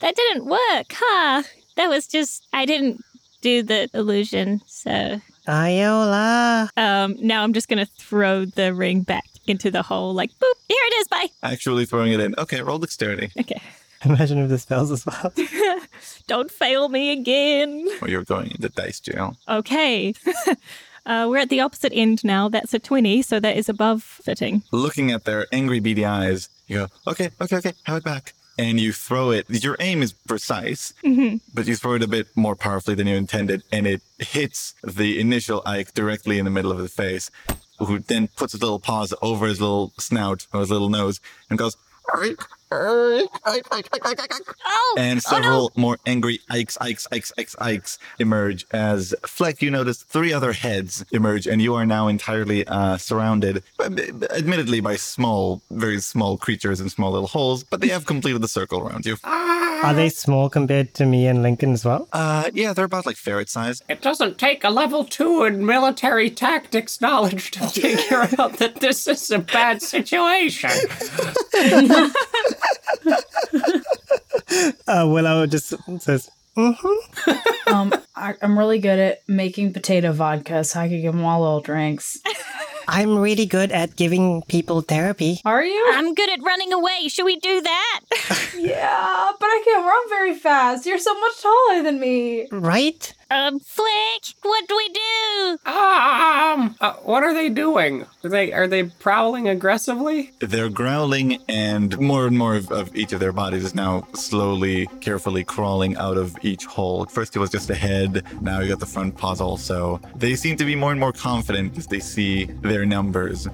S15: that didn't work, huh? That was just I didn't do the illusion, so
S1: Iola.
S2: um, now I'm just going to throw the ring back into the hole, like, boop, here it is, bye.
S4: Actually throwing it in. Okay, roll dexterity.
S2: Okay.
S11: Imagine if this fails as well.
S2: Don't fail me again.
S4: Or Oh, you're going into dice jail.
S2: Okay. uh, we're at the opposite end now. That's a 20, so that is above fitting.
S4: Looking at their angry beady eyes, you go, okay, okay, okay, have it back. And you throw it. Your aim is precise,
S2: Mhm.
S4: but you throw it a bit more powerfully than you intended, and it hits the initial Ike directly in the middle of the face, who then puts his little paws over his little snout or his little nose and goes, "Ike, Ike, Ike, Ike, Ike, Ike, Ike." and several more angry Ikes, Ikes, Ikes, Ikes, Ikes emerge as Fleck, you notice three other heads emerge, and you are now entirely uh, surrounded, uh, b- b- admittedly by small, very small creatures in small little holes, but they have completed the circle around you.
S11: Are they small compared to me and Lincoln as well?
S4: Uh, yeah, they're about like ferret size.
S8: It doesn't take a level two in military tactics knowledge to figure out that this is a bad situation.
S11: Uh, Willow just says,
S6: um, I, I'm really good at making potato vodka, so I could give them all little drinks.
S1: I'm really good at giving people therapy.
S6: Are you?
S15: I'm good at running away. Should we do that?
S6: yeah, but I can't run very fast. You're so much taller than me.
S1: Right?
S15: Um, Flick, what do we do?
S8: Um, uh, what are they doing? Are they are they prowling aggressively?
S4: They're growling, and more and more of, of each of their bodies is now slowly, carefully crawling out of each hole. First, it was just a head. Now you got the front paws also. They seem to be more and more confident as they see their numbers.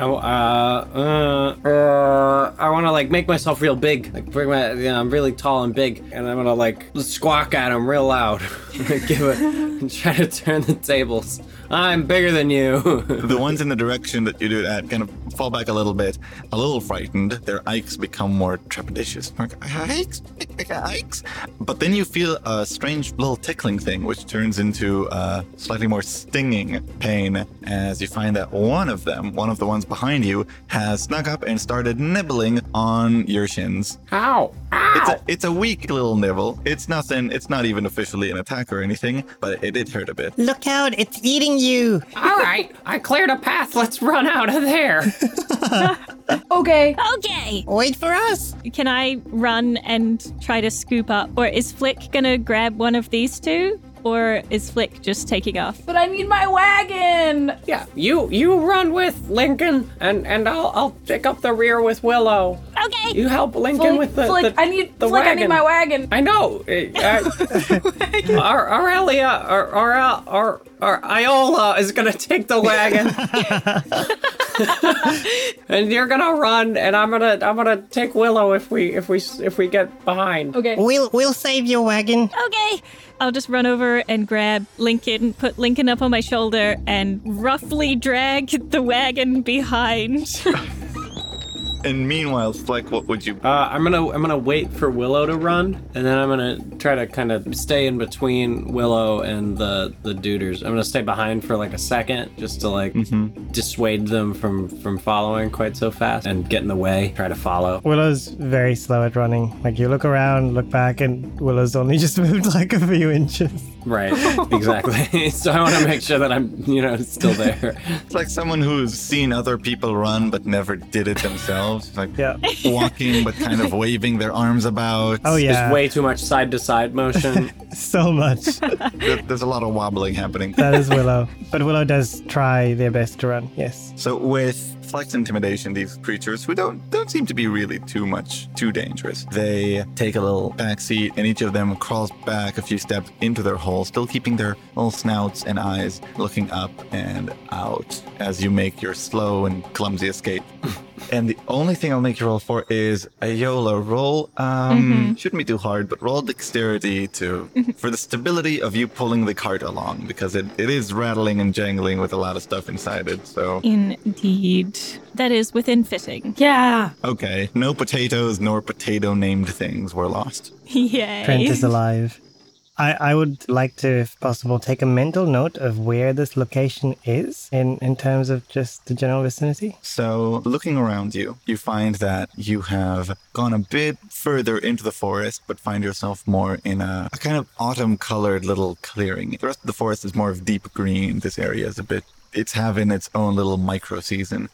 S5: Oh, uh, uh, uh, I want to like make myself real big. Like bring my, you know, I'm really tall and big, and I'm gonna like squawk at him real loud. Give it, and try to turn the tables. I'm bigger than you.
S4: the ones in the direction that you do it at kind of fall back a little bit, a little frightened. Their ikes become more trepidatious. Like, Ikes, ikes. But then you feel a strange little tickling thing, which turns into a slightly more stinging pain as you find that one of them, one of the ones behind you, has snuck up and started nibbling on your shins.
S8: How?
S4: It's a, it's a weak little nibble. It's nothing, it's not even officially an attack or anything, but it did hurt a bit.
S1: Look out, it's eating you.
S8: All right, I cleared a path. Let's run out of there.
S6: Okay.
S15: Okay.
S1: Wait for us.
S2: Can I run and try to scoop up? Or is Flick going to grab one of these two? Or is Flick just taking off?
S6: But I need my wagon.
S8: Yeah, you you run with Lincoln, and and I'll I'll pick up the rear with Willow.
S15: Okay.
S8: You help Lincoln
S6: Flick,
S8: with the,
S6: Flick,
S8: the
S6: I need-
S8: the
S6: Flick, I
S8: wagon.
S6: need my wagon.
S8: I know. eh, I- Our Aurelia or or or or Iola is gonna take the wagon, and you're gonna run, and I'm gonna I'm gonna take Willow if we if we if we get behind.
S6: Okay.
S1: We'll we'll save your wagon.
S15: Okay.
S2: I'll just run over and grab Lincoln, put Lincoln up on my shoulder, and roughly drag the wagon behind.
S4: And meanwhile, Fleck, what would you
S5: Uh, I'm gonna I'm gonna wait for Willow to run, and then I'm gonna try to kind of stay in between Willow and the the duders. I'm gonna stay behind for like a second, just to like dissuade them from from following quite so fast and get in the way. Try to follow.
S11: Willow's very slow at running. Like you look around, look back, and Willow's only just moved like a few inches.
S5: Right, exactly. so I want to make sure that I'm, you know, still there.
S4: It's like someone who's seen other people run but never did it themselves. Like walking but kind of waving their arms about.
S11: Oh, yeah. There's
S5: way too much side to side motion.
S11: so much.
S4: There- There's a lot of wobbling happening.
S11: That is Willow. But Willow does try their best to run, yes.
S4: So with flex intimidation, these creatures who don't don't seem to be really too much too dangerous. They take a little back seat, and each of them crawls back a few steps into their hole, still keeping their little snouts and eyes looking up and out as you make your slow and clumsy escape. and the only thing I'll make you roll for is Ayola roll. Um, Shouldn't be too hard, but roll dexterity to for the stability of you pulling the cart along because it, it is rattling and jangling with a lot of stuff inside it. So
S2: Indeed. That is within fitting.
S6: Yeah.
S4: Okay. No potatoes nor potato named things were lost.
S2: Yay.
S11: Trent is alive. I, I would like to, if possible, take a mental note of where this location is in, in terms of just the general vicinity.
S4: So, looking around you, you find that you have gone a bit further into the forest, but find yourself more in a, a kind of autumn colored little clearing. The rest of the forest is more of deep green. This area is a bit. It's having its own little micro season.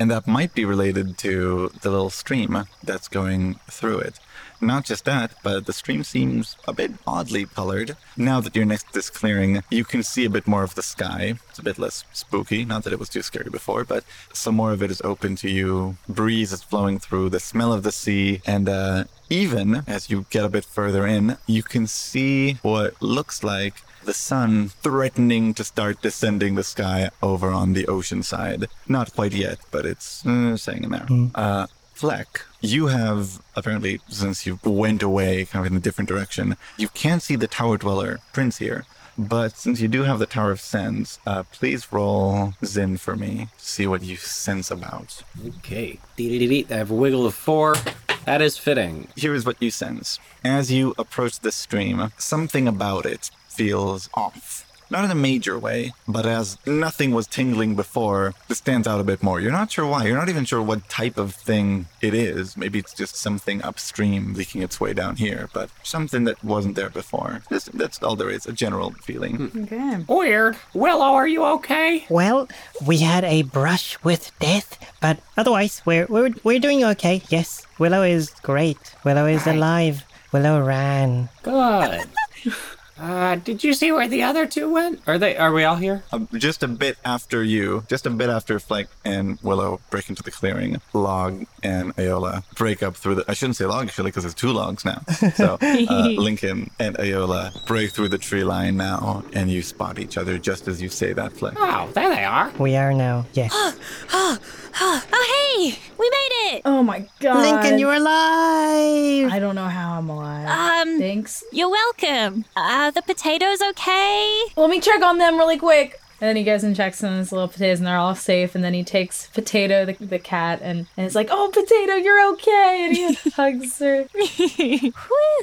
S4: and that might be related to the little stream that's going through it. Not just that, but the stream seems a bit oddly colored. Now that you're next to this clearing, you can see a bit more of the sky. It's a bit less spooky. Not that it was too scary before, but some more of it is open to you. Breeze is flowing through, the smell of the sea, and uh, even as you get a bit further in, you can see what looks like the sun threatening to start descending the sky over on the ocean side. Not quite yet, but it's uh, saying in there. Uh, Fleck, you have apparently, since you went away kind of in a different direction, you can see the Tower Dweller Prince here. But since you do have the Tower of Sense, uh, please roll Zin for me. See what you sense about.
S5: Okay. Dee-dee-dee-dee. I have a wiggle of four. That is fitting.
S4: Here is what you sense. As you approach the stream, something about it feels off. Not in a major way, but as nothing was tingling before, this stands out a bit more. You're not sure why. You're not even sure what type of thing it is. Maybe it's just something upstream leaking its way down here, but something that wasn't there before. This, that's all there is, a general feeling.
S6: Okay.
S8: Weird. Willow, are you okay?
S1: Well, we had a brush with death, but otherwise we're we're we're doing okay. Yes, Willow is great. Willow is alive. Willow ran.
S8: Good. uh, did you see where the other two went?
S5: Are they? Are we all here?
S4: Uh, just a bit after you, just a bit after Fleck and Willow break into the clearing, Log and Ayola break up through the. I shouldn't say Log actually because there's two logs now. So uh, Lincoln and Ayola break through the tree line now, and you spot each other just as you say that, Fleck.
S8: Oh, there they are.
S1: We are now. Yes.
S15: Oh, oh, oh, hey! We made it!
S6: Oh my god.
S1: Lincoln, you're alive.
S6: I don't know how I'm alive.
S15: Um,
S6: Thanks.
S15: You're welcome. Are the potatoes okay?
S6: Let me check on them really quick. And then he goes and checks on his little potatoes, and they're all safe. And then he takes Potato, the, the cat, and, and it's like, "Oh, Potato, you're okay!" And he hugs her.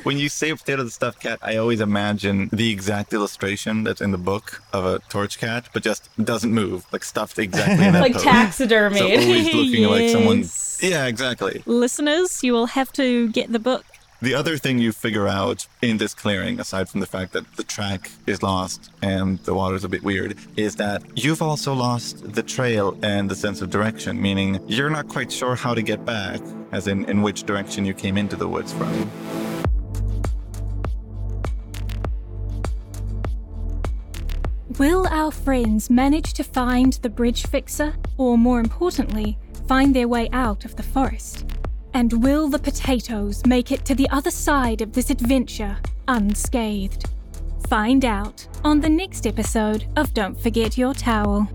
S4: When you say potato the stuffed cat, I always imagine the exact illustration that's in the book of a torch cat, but just doesn't move, like stuffed exactly in that
S6: Like
S4: pose.
S6: taxidermied.
S4: So oh, always looking like someone.
S2: Yes.
S4: Yeah, exactly.
S2: Listeners, you will have to get the book.
S4: The other thing you figure out in this clearing, aside from the fact that the track is lost and the water's a bit weird, is that you've also lost the trail and the sense of direction, meaning you're not quite sure how to get back, as in in which direction you came into the woods from.
S2: Will our friends manage to find the bridge fixer, or more importantly, find their way out of the forest? And will the potatoes make it to the other side of this adventure unscathed? Find out on the next episode of Don't Forget Your Towel.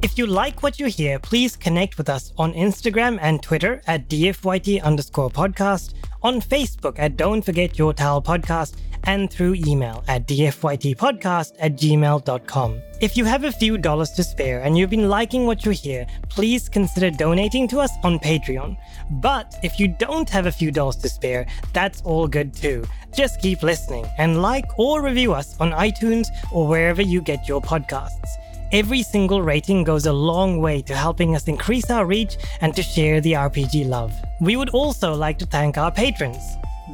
S9: If you like what you hear, please connect with us on Instagram and Twitter at DFYT underscore podcast, on Facebook at Don't Forget Your Towel Podcast, and through email at dfytpodcast at gmail.com. If you have a few dollars to spare and you've been liking what you hear, please consider donating to us on Patreon. But if you don't have a few dollars to spare, that's all good too. Just keep listening and like or review us on iTunes or wherever you get your podcasts. Every single rating goes a long way to helping us increase our reach and to share the RPG love. We would also like to thank our patrons.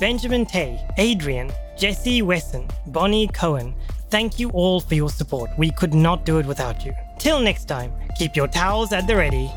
S1: Benjamin Tay, Adrian, Jesse Wesson, Bonnie Cohen. Thank you all for your support. We could not do it without you. Till next time, keep your towels at the ready.